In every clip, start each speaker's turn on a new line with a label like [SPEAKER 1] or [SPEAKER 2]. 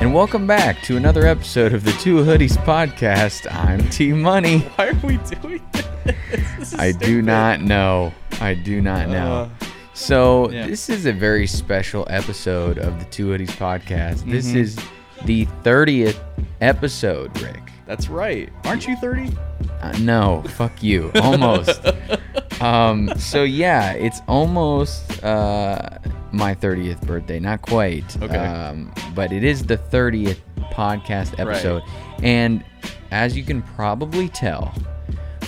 [SPEAKER 1] and welcome back to another episode of the Two Hoodies podcast. I'm T Money.
[SPEAKER 2] Why are we doing this? This is
[SPEAKER 1] I do
[SPEAKER 2] stupid.
[SPEAKER 1] not know. I do not know.
[SPEAKER 2] Uh,
[SPEAKER 1] so,
[SPEAKER 2] yeah.
[SPEAKER 1] this is a very special episode of the Two Hoodies podcast.
[SPEAKER 2] Mm-hmm.
[SPEAKER 1] This is the 30th episode, Rick.
[SPEAKER 2] That's right. Aren't you 30?
[SPEAKER 1] Uh, no, fuck you. Almost. um, so yeah, it's almost uh, my 30th birthday. Not quite.
[SPEAKER 2] Okay.
[SPEAKER 1] Um, but it is the 30th podcast episode, and as you can probably tell,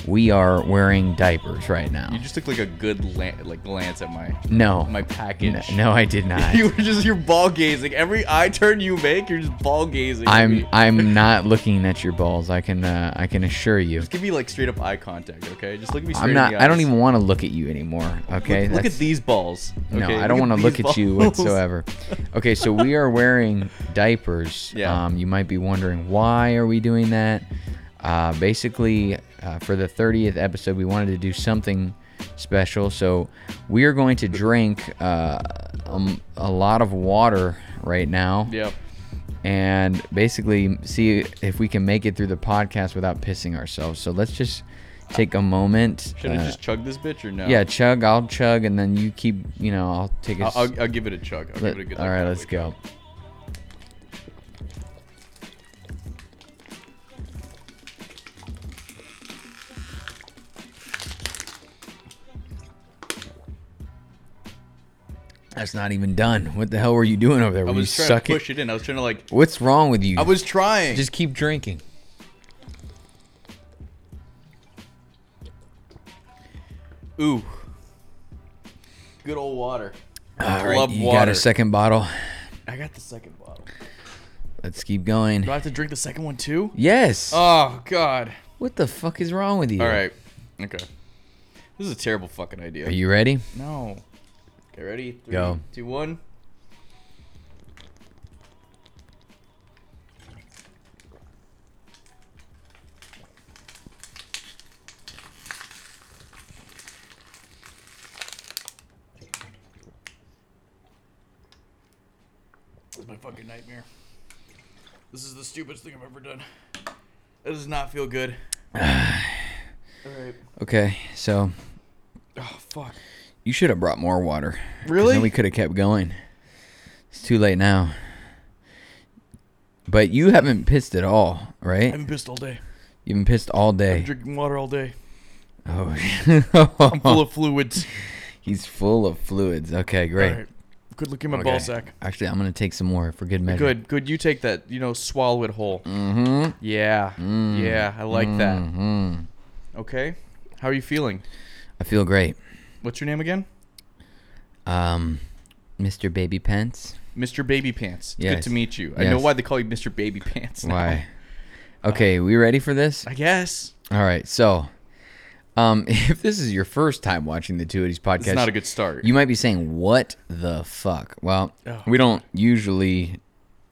[SPEAKER 1] we are wearing diapers right now.
[SPEAKER 2] You just took like a good la- like glance at my
[SPEAKER 1] No.
[SPEAKER 2] my
[SPEAKER 1] no,
[SPEAKER 2] package.
[SPEAKER 1] no, I did not.
[SPEAKER 2] You were just you're ball gazing. Every eye turn you make, you're just ball gazing. at
[SPEAKER 1] I'm
[SPEAKER 2] me.
[SPEAKER 1] I'm not looking at your balls. I can uh, I can assure you.
[SPEAKER 2] Just give me like straight up eye contact, okay? Just look at me straight
[SPEAKER 1] I'm
[SPEAKER 2] in
[SPEAKER 1] not.
[SPEAKER 2] the
[SPEAKER 1] I don't
[SPEAKER 2] eyes.
[SPEAKER 1] even want to look at you anymore. Okay.
[SPEAKER 2] Look, look
[SPEAKER 1] That's-
[SPEAKER 2] at these balls.
[SPEAKER 1] No,
[SPEAKER 2] okay?
[SPEAKER 1] I don't want to look
[SPEAKER 2] these
[SPEAKER 1] at you
[SPEAKER 2] balls.
[SPEAKER 1] whatsoever. Okay, so we are wearing diapers.
[SPEAKER 2] Yeah.
[SPEAKER 1] Um, you might be wondering why are we doing that? Uh, basically, uh, for the 30th episode, we wanted to do something special. So we are going to drink uh, um, a lot of water right now
[SPEAKER 2] Yep.
[SPEAKER 1] and basically see if we can make it through the podcast without pissing ourselves. So let's just take a moment.
[SPEAKER 2] Should I
[SPEAKER 1] uh,
[SPEAKER 2] just chug this bitch or no?
[SPEAKER 1] yeah, chug. I'll chug, and then you keep. You know, I'll take a.
[SPEAKER 2] I'll,
[SPEAKER 1] s-
[SPEAKER 2] I'll, I'll give it a chug. I'll give it a good.
[SPEAKER 1] all right, let's go. That's not even done. What the hell were you doing over there?
[SPEAKER 2] I
[SPEAKER 1] Were you
[SPEAKER 2] was trying to
[SPEAKER 1] sucking?
[SPEAKER 2] push it in. I was trying to like.
[SPEAKER 1] What's wrong with you?
[SPEAKER 2] I was trying.
[SPEAKER 1] just keep drinking.
[SPEAKER 2] Ooh. Good old water.
[SPEAKER 1] All right,
[SPEAKER 2] Love
[SPEAKER 1] you got
[SPEAKER 2] water.
[SPEAKER 1] a second bottle.
[SPEAKER 2] I got the second bottle.
[SPEAKER 1] Let's keep going.
[SPEAKER 2] Do I have to drink the second one too?
[SPEAKER 1] Yes.
[SPEAKER 2] Oh god.
[SPEAKER 1] what the fuck is wrong with you?
[SPEAKER 2] All right. Okay. This is a terrible fucking idea.
[SPEAKER 1] Are you ready?
[SPEAKER 2] no. Okay, ready? Three,
[SPEAKER 1] Go.
[SPEAKER 2] two, one. This is my fucking nightmare. This is the stupidest thing I've ever done. It does not feel good. Alright.
[SPEAKER 1] Okay, so
[SPEAKER 2] Oh, fuck.
[SPEAKER 1] You should have brought more water. 'Cause
[SPEAKER 2] Really?
[SPEAKER 1] Then we could have kept going. It's too late now. But you haven't pissed at all,
[SPEAKER 2] I've
[SPEAKER 1] right?
[SPEAKER 2] been pissed all day.
[SPEAKER 1] You've been pissed all
[SPEAKER 2] I'm
[SPEAKER 1] day.
[SPEAKER 2] drinking water all day.
[SPEAKER 1] Oh,
[SPEAKER 2] I'm full of fluids.
[SPEAKER 1] he's full of fluids. Okay, great.
[SPEAKER 2] All right. Good look in my ball
[SPEAKER 1] Okay.
[SPEAKER 2] sack.
[SPEAKER 1] Actually, I'm gonna take some more for good measure.
[SPEAKER 2] Good, good. You take that, you know, swallow it whole.
[SPEAKER 1] Mm-hmm.
[SPEAKER 2] Yeah.
[SPEAKER 1] Mm.
[SPEAKER 2] Yeah, I like that.
[SPEAKER 1] hmm
[SPEAKER 2] Okay. How are you feeling?
[SPEAKER 1] I feel great,
[SPEAKER 2] What's your name again?
[SPEAKER 1] um, Mr. Baby Pence.
[SPEAKER 2] Mr. Baby Pants. It's Good
[SPEAKER 1] Yes.
[SPEAKER 2] to meet you. I know
[SPEAKER 1] Yes.
[SPEAKER 2] why they call you Mr. Baby Pants. now.
[SPEAKER 1] Why? Okay, we ready for this?
[SPEAKER 2] I guess.
[SPEAKER 1] All right. So, um, if this is your first time watching the Two Idiots podcast,
[SPEAKER 2] It's not a good start.
[SPEAKER 1] You might be saying, "What the fuck?" Well,
[SPEAKER 2] Oh,
[SPEAKER 1] we don't usually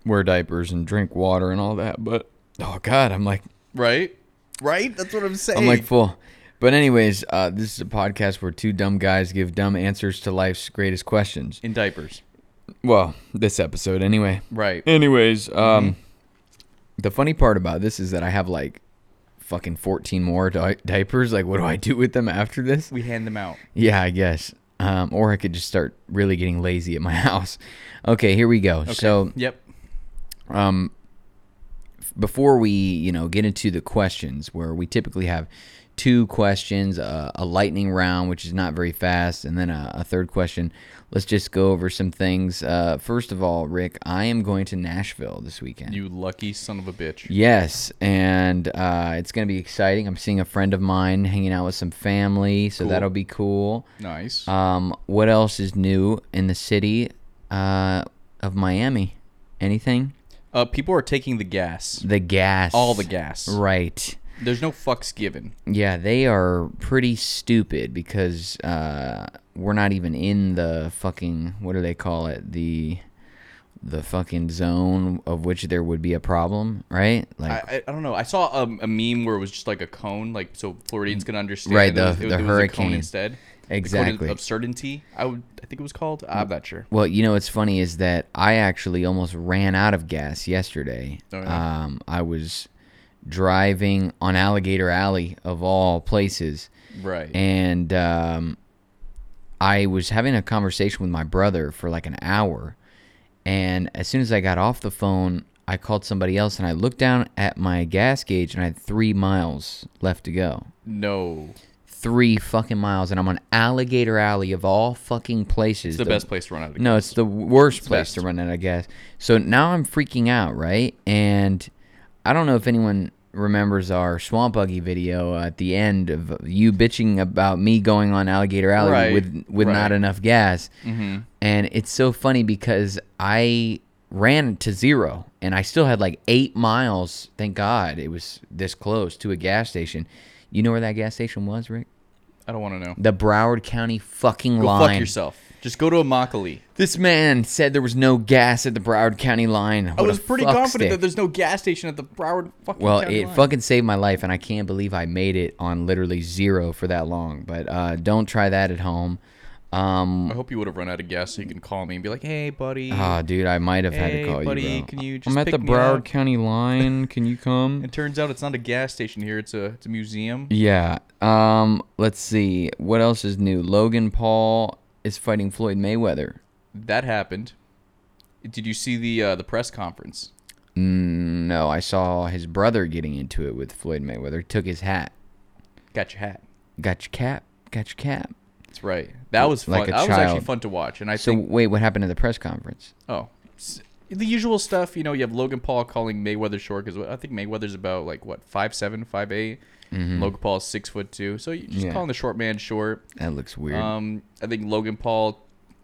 [SPEAKER 1] wear diapers and drink water and all that, but oh god, I'm like
[SPEAKER 2] right? Right? That's what I'm saying.
[SPEAKER 1] I'm like full. But anyways, uh, this is a podcast where two dumb guys give dumb answers to life's greatest questions.
[SPEAKER 2] in diapers.
[SPEAKER 1] Well, this episode anyway.
[SPEAKER 2] Right.
[SPEAKER 1] Anyways, um, the funny part about this is that I have like fucking 14 more di- diapers. Like, what do I do with them after this?
[SPEAKER 2] We hand them out.
[SPEAKER 1] Yeah, I guess. Um, or I could just start really getting lazy at my house. Okay, here we go. So,
[SPEAKER 2] Yep.
[SPEAKER 1] um, f- before we you know get into the questions, where we typically have two questions, uh, a lightning round, which is not very fast, and then a, a third question. Let's just go over some things. Uh, first of all, Rick, I am going to Nashville this weekend.
[SPEAKER 2] You lucky son of a bitch.
[SPEAKER 1] Yes, and uh, it's going to be exciting. I'm seeing a friend of mine hanging out with some family, so
[SPEAKER 2] Cool.
[SPEAKER 1] that'll be cool.
[SPEAKER 2] Nice.
[SPEAKER 1] Um, what else is new in the city uh, of Miami? Anything?
[SPEAKER 2] Uh, people are taking the gas.
[SPEAKER 1] The gas.
[SPEAKER 2] All the gas.
[SPEAKER 1] Right.
[SPEAKER 2] There's no fucks given.
[SPEAKER 1] Yeah, they are pretty stupid because uh, we're not even in the fucking what do they call it the the fucking zone of which there would be a problem, right? Like
[SPEAKER 2] I, I, I don't know. I saw um, a, a meme where it was just like a cone, like so Floridians can understand.
[SPEAKER 1] Right,
[SPEAKER 2] and it
[SPEAKER 1] the-
[SPEAKER 2] was, it,
[SPEAKER 1] the
[SPEAKER 2] there was a cone
[SPEAKER 1] hurricane.
[SPEAKER 2] instead.
[SPEAKER 1] Exactly.
[SPEAKER 2] absurdity. I would. I think it was called. I'm not sure.
[SPEAKER 1] Well, you know what's funny is that I actually almost ran out of gas yesterday.
[SPEAKER 2] Oh, yeah?
[SPEAKER 1] um, I was driving on Alligator Alley of all places,
[SPEAKER 2] Right.
[SPEAKER 1] and um, I was having a conversation with my brother for like an hour. And as soon as I got off the phone, I called somebody else, and I looked down at my gas gauge, and I had three miles left to go.
[SPEAKER 2] no,
[SPEAKER 1] Three fucking miles, and I'm on Alligator Alley of all fucking places.
[SPEAKER 2] it's the, best place to run out of.
[SPEAKER 1] No, it's the worst place
[SPEAKER 2] best.
[SPEAKER 1] to run out of gas. So now I'm freaking out, right? And I don't know if anyone remembers our swamp buggy video at the end of you bitching about me going on alligator alley
[SPEAKER 2] Right,
[SPEAKER 1] with with not
[SPEAKER 2] right.
[SPEAKER 1] enough gas.
[SPEAKER 2] Mm-hmm.
[SPEAKER 1] And it's so funny because I ran to zero and I still had like 8 miles. Thank God it was this close to a gas station. You know where that gas station was, Rick?
[SPEAKER 2] I don't want to know.
[SPEAKER 1] The Broward County fucking
[SPEAKER 2] Go
[SPEAKER 1] line.
[SPEAKER 2] fuck yourself. Just go to a Immokalee.
[SPEAKER 1] This man said there was no gas at the Broward County line.
[SPEAKER 2] I was pretty confident that
[SPEAKER 1] there's
[SPEAKER 2] there's no gas station at the Broward fucking.
[SPEAKER 1] Well,
[SPEAKER 2] county
[SPEAKER 1] it
[SPEAKER 2] line.
[SPEAKER 1] fucking saved my life, and I can't believe I made it on literally zero for that long. But uh, don't try that at home.
[SPEAKER 2] I
[SPEAKER 1] Um,
[SPEAKER 2] hope you would have run out of gas so you can call me and be like, "Hey, buddy."
[SPEAKER 1] ah, dude, I might have had
[SPEAKER 2] Hey,
[SPEAKER 1] to call
[SPEAKER 2] buddy,
[SPEAKER 1] you, bro.
[SPEAKER 2] can you just
[SPEAKER 1] I'm at the
[SPEAKER 2] pick me
[SPEAKER 1] Broward
[SPEAKER 2] up?
[SPEAKER 1] County line. Can you come?
[SPEAKER 2] It turns out it's not a gas station here. It's a it's a museum.
[SPEAKER 1] yeah. Um, let's see. What else is new? Logan Paul is fighting Floyd Mayweather.
[SPEAKER 2] That happened. Did you see the uh, the press conference?
[SPEAKER 1] Mm, No, I saw his brother getting into it with Floyd Mayweather. Took his hat.
[SPEAKER 2] Got your hat.
[SPEAKER 1] Got your cap. Got your cap.
[SPEAKER 2] That's right. That was fun.
[SPEAKER 1] Like a
[SPEAKER 2] that was actually
[SPEAKER 1] child.
[SPEAKER 2] fun to watch. And I
[SPEAKER 1] So
[SPEAKER 2] think
[SPEAKER 1] wait, what happened at the press conference?
[SPEAKER 2] oh, s- the usual stuff. You know, you have Logan Paul calling Mayweather short because I think Mayweather's about like what five seven, five eight. Logan Paul's six foot two. So you just
[SPEAKER 1] Mm-hmm. Yeah.
[SPEAKER 2] calling the short man short.
[SPEAKER 1] That looks weird.
[SPEAKER 2] Um, I think Logan Paul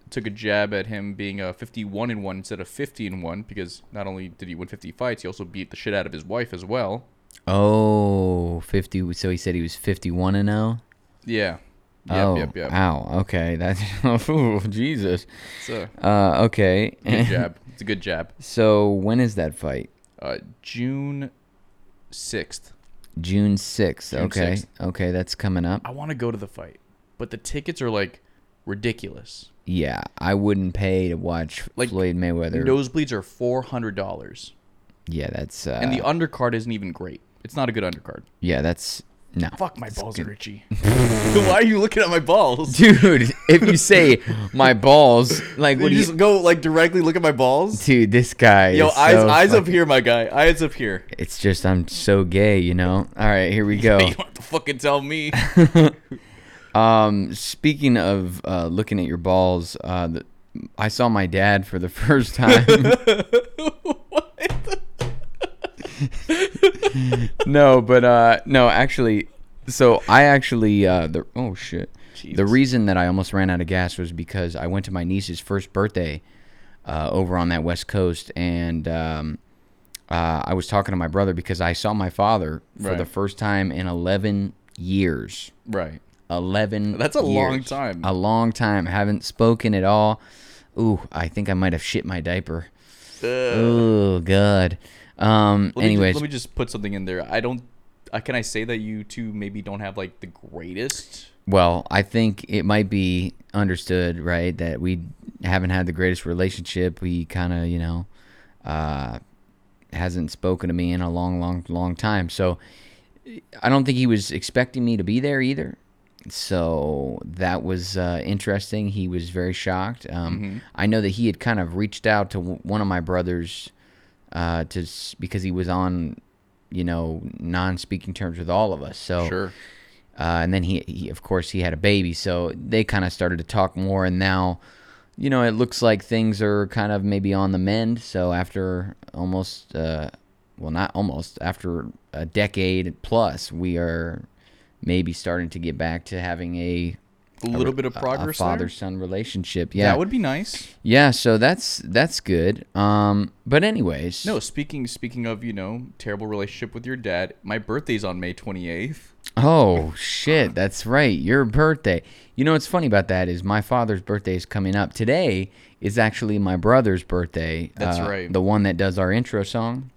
[SPEAKER 2] took a jab at him being a 51 and 1 instead of 50 and 1 because not only did he win 50 fights, he also beat the shit out of his wife as well.
[SPEAKER 1] oh, 50 so he said he was 51 and 0.
[SPEAKER 2] Yeah. Yep,
[SPEAKER 1] Oh,
[SPEAKER 2] yep, yep.
[SPEAKER 1] ow. Okay. That's oh, Jesus.
[SPEAKER 2] It's a
[SPEAKER 1] Uh okay.
[SPEAKER 2] good jab. It's a good jab.
[SPEAKER 1] so when is that fight?
[SPEAKER 2] Uh, June 6th.
[SPEAKER 1] June 6th.
[SPEAKER 2] June
[SPEAKER 1] okay.
[SPEAKER 2] 6th.
[SPEAKER 1] Okay, that's coming up.
[SPEAKER 2] I want to go to the fight, but the tickets are like ridiculous.
[SPEAKER 1] Yeah, I wouldn't pay to watch
[SPEAKER 2] Like,
[SPEAKER 1] Floyd Mayweather.
[SPEAKER 2] Nosebleeds are $400,
[SPEAKER 1] yeah, that's uh
[SPEAKER 2] and the undercard isn't even great. It's not a good undercard.
[SPEAKER 1] Yeah, that's no.
[SPEAKER 2] Fuck, my balls are itchy. Why are you looking at my balls?
[SPEAKER 1] Dude, if you say my balls, like what
[SPEAKER 2] Would
[SPEAKER 1] do
[SPEAKER 2] you
[SPEAKER 1] you
[SPEAKER 2] just go like directly look at my balls?
[SPEAKER 1] Dude, this guy
[SPEAKER 2] Yo,
[SPEAKER 1] is
[SPEAKER 2] eyes
[SPEAKER 1] so
[SPEAKER 2] eyes
[SPEAKER 1] fucking-
[SPEAKER 2] up here, my guy. Eyes up here.
[SPEAKER 1] It's just I'm so gay, you know. All right, here we go.
[SPEAKER 2] You don't have to fucking tell me.
[SPEAKER 1] Um, speaking of uh, looking at your balls, uh, the, I saw my dad for the first time.
[SPEAKER 2] what?
[SPEAKER 1] no, but uh, no, actually, so I actually uh, the oh shit. The
[SPEAKER 2] Jesus.
[SPEAKER 1] reason that I almost ran out of gas was because I went to my niece's first birthday uh, over on that West Coast, and um, uh, I was talking to my brother because I saw my father for
[SPEAKER 2] Right.
[SPEAKER 1] the first time in 11 years.
[SPEAKER 2] Right.
[SPEAKER 1] 11
[SPEAKER 2] That's a long
[SPEAKER 1] years.
[SPEAKER 2] time.
[SPEAKER 1] a long time haven't spoken at all ooh i think i might have shit my diaper oh god um
[SPEAKER 2] Let me ju-
[SPEAKER 1] anyways
[SPEAKER 2] let me just put something in there. I don't. Uh, can I say that you two maybe don't have like the greatest?
[SPEAKER 1] well i think it might be understood right that we haven't had the greatest relationship we kind of you know uh hasn't spoken to me in a long long long time so i don't think he was expecting me to be there either so that was uh, interesting he was very shocked um, i know that he had kind of reached out to w- one of my brothers uh, to s- because he was on you know non-speaking terms with all of us so
[SPEAKER 2] Sure.
[SPEAKER 1] uh, and then he, he, of course, he had a baby, so they kind of started to talk more. And now, you know, it looks like things are kind of maybe on the mend. So after almost, uh, well, not almost, after a decade plus, we are maybe starting to get back to having a
[SPEAKER 2] A little bit of progress. there?
[SPEAKER 1] father son relationship. Yeah,
[SPEAKER 2] That would be nice.
[SPEAKER 1] yeah. So that's that's good. Um, but anyways,
[SPEAKER 2] No, speaking speaking of you know terrible relationship with your dad. My birthday's on May twenty eighth.
[SPEAKER 1] Oh shit, that's right. Your birthday. You know what's funny about that is my father's birthday is coming up. Today is actually my brother's birthday. uh,
[SPEAKER 2] That's right.
[SPEAKER 1] The one that does our intro song.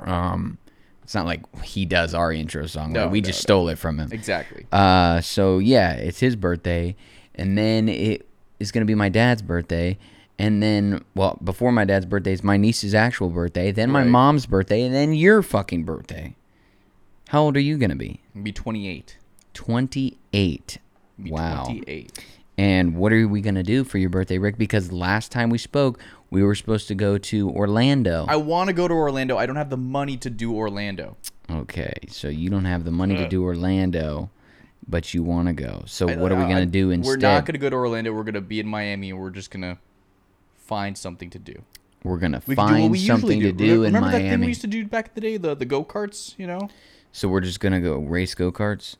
[SPEAKER 1] Um it's not like he does our intro song.
[SPEAKER 2] No,
[SPEAKER 1] like we
[SPEAKER 2] no,
[SPEAKER 1] just
[SPEAKER 2] no.
[SPEAKER 1] stole it from him.
[SPEAKER 2] Exactly.
[SPEAKER 1] Uh so yeah, it's his birthday and then it is going to be my dad's birthday and then well before my dad's birthday is my niece's actual birthday then my
[SPEAKER 2] Right.
[SPEAKER 1] mom's birthday and then your fucking birthday how old are you going to be
[SPEAKER 2] Be 28.
[SPEAKER 1] 28
[SPEAKER 2] Be
[SPEAKER 1] wow
[SPEAKER 2] 28.
[SPEAKER 1] and what are we going to do for your birthday rick because last time we spoke we were supposed to go to orlando
[SPEAKER 2] I want to go to Orlando. I don't have the money to do Orlando.
[SPEAKER 1] okay so you don't have the money to do orlando but you want to go so what are we
[SPEAKER 2] Uh, I-
[SPEAKER 1] going
[SPEAKER 2] I-
[SPEAKER 1] to do
[SPEAKER 2] We're
[SPEAKER 1] instead
[SPEAKER 2] not going to go to Orlando. We're going to be in Miami and we're just going to find something to do.
[SPEAKER 1] we're going to
[SPEAKER 2] We can do what
[SPEAKER 1] find
[SPEAKER 2] we
[SPEAKER 1] something to
[SPEAKER 2] usually do.
[SPEAKER 1] do
[SPEAKER 2] Remember-
[SPEAKER 1] in
[SPEAKER 2] Remember that thing
[SPEAKER 1] miami
[SPEAKER 2] we used to do back in the day, the, the go karts, you know?
[SPEAKER 1] So we're just gonna go race go karts.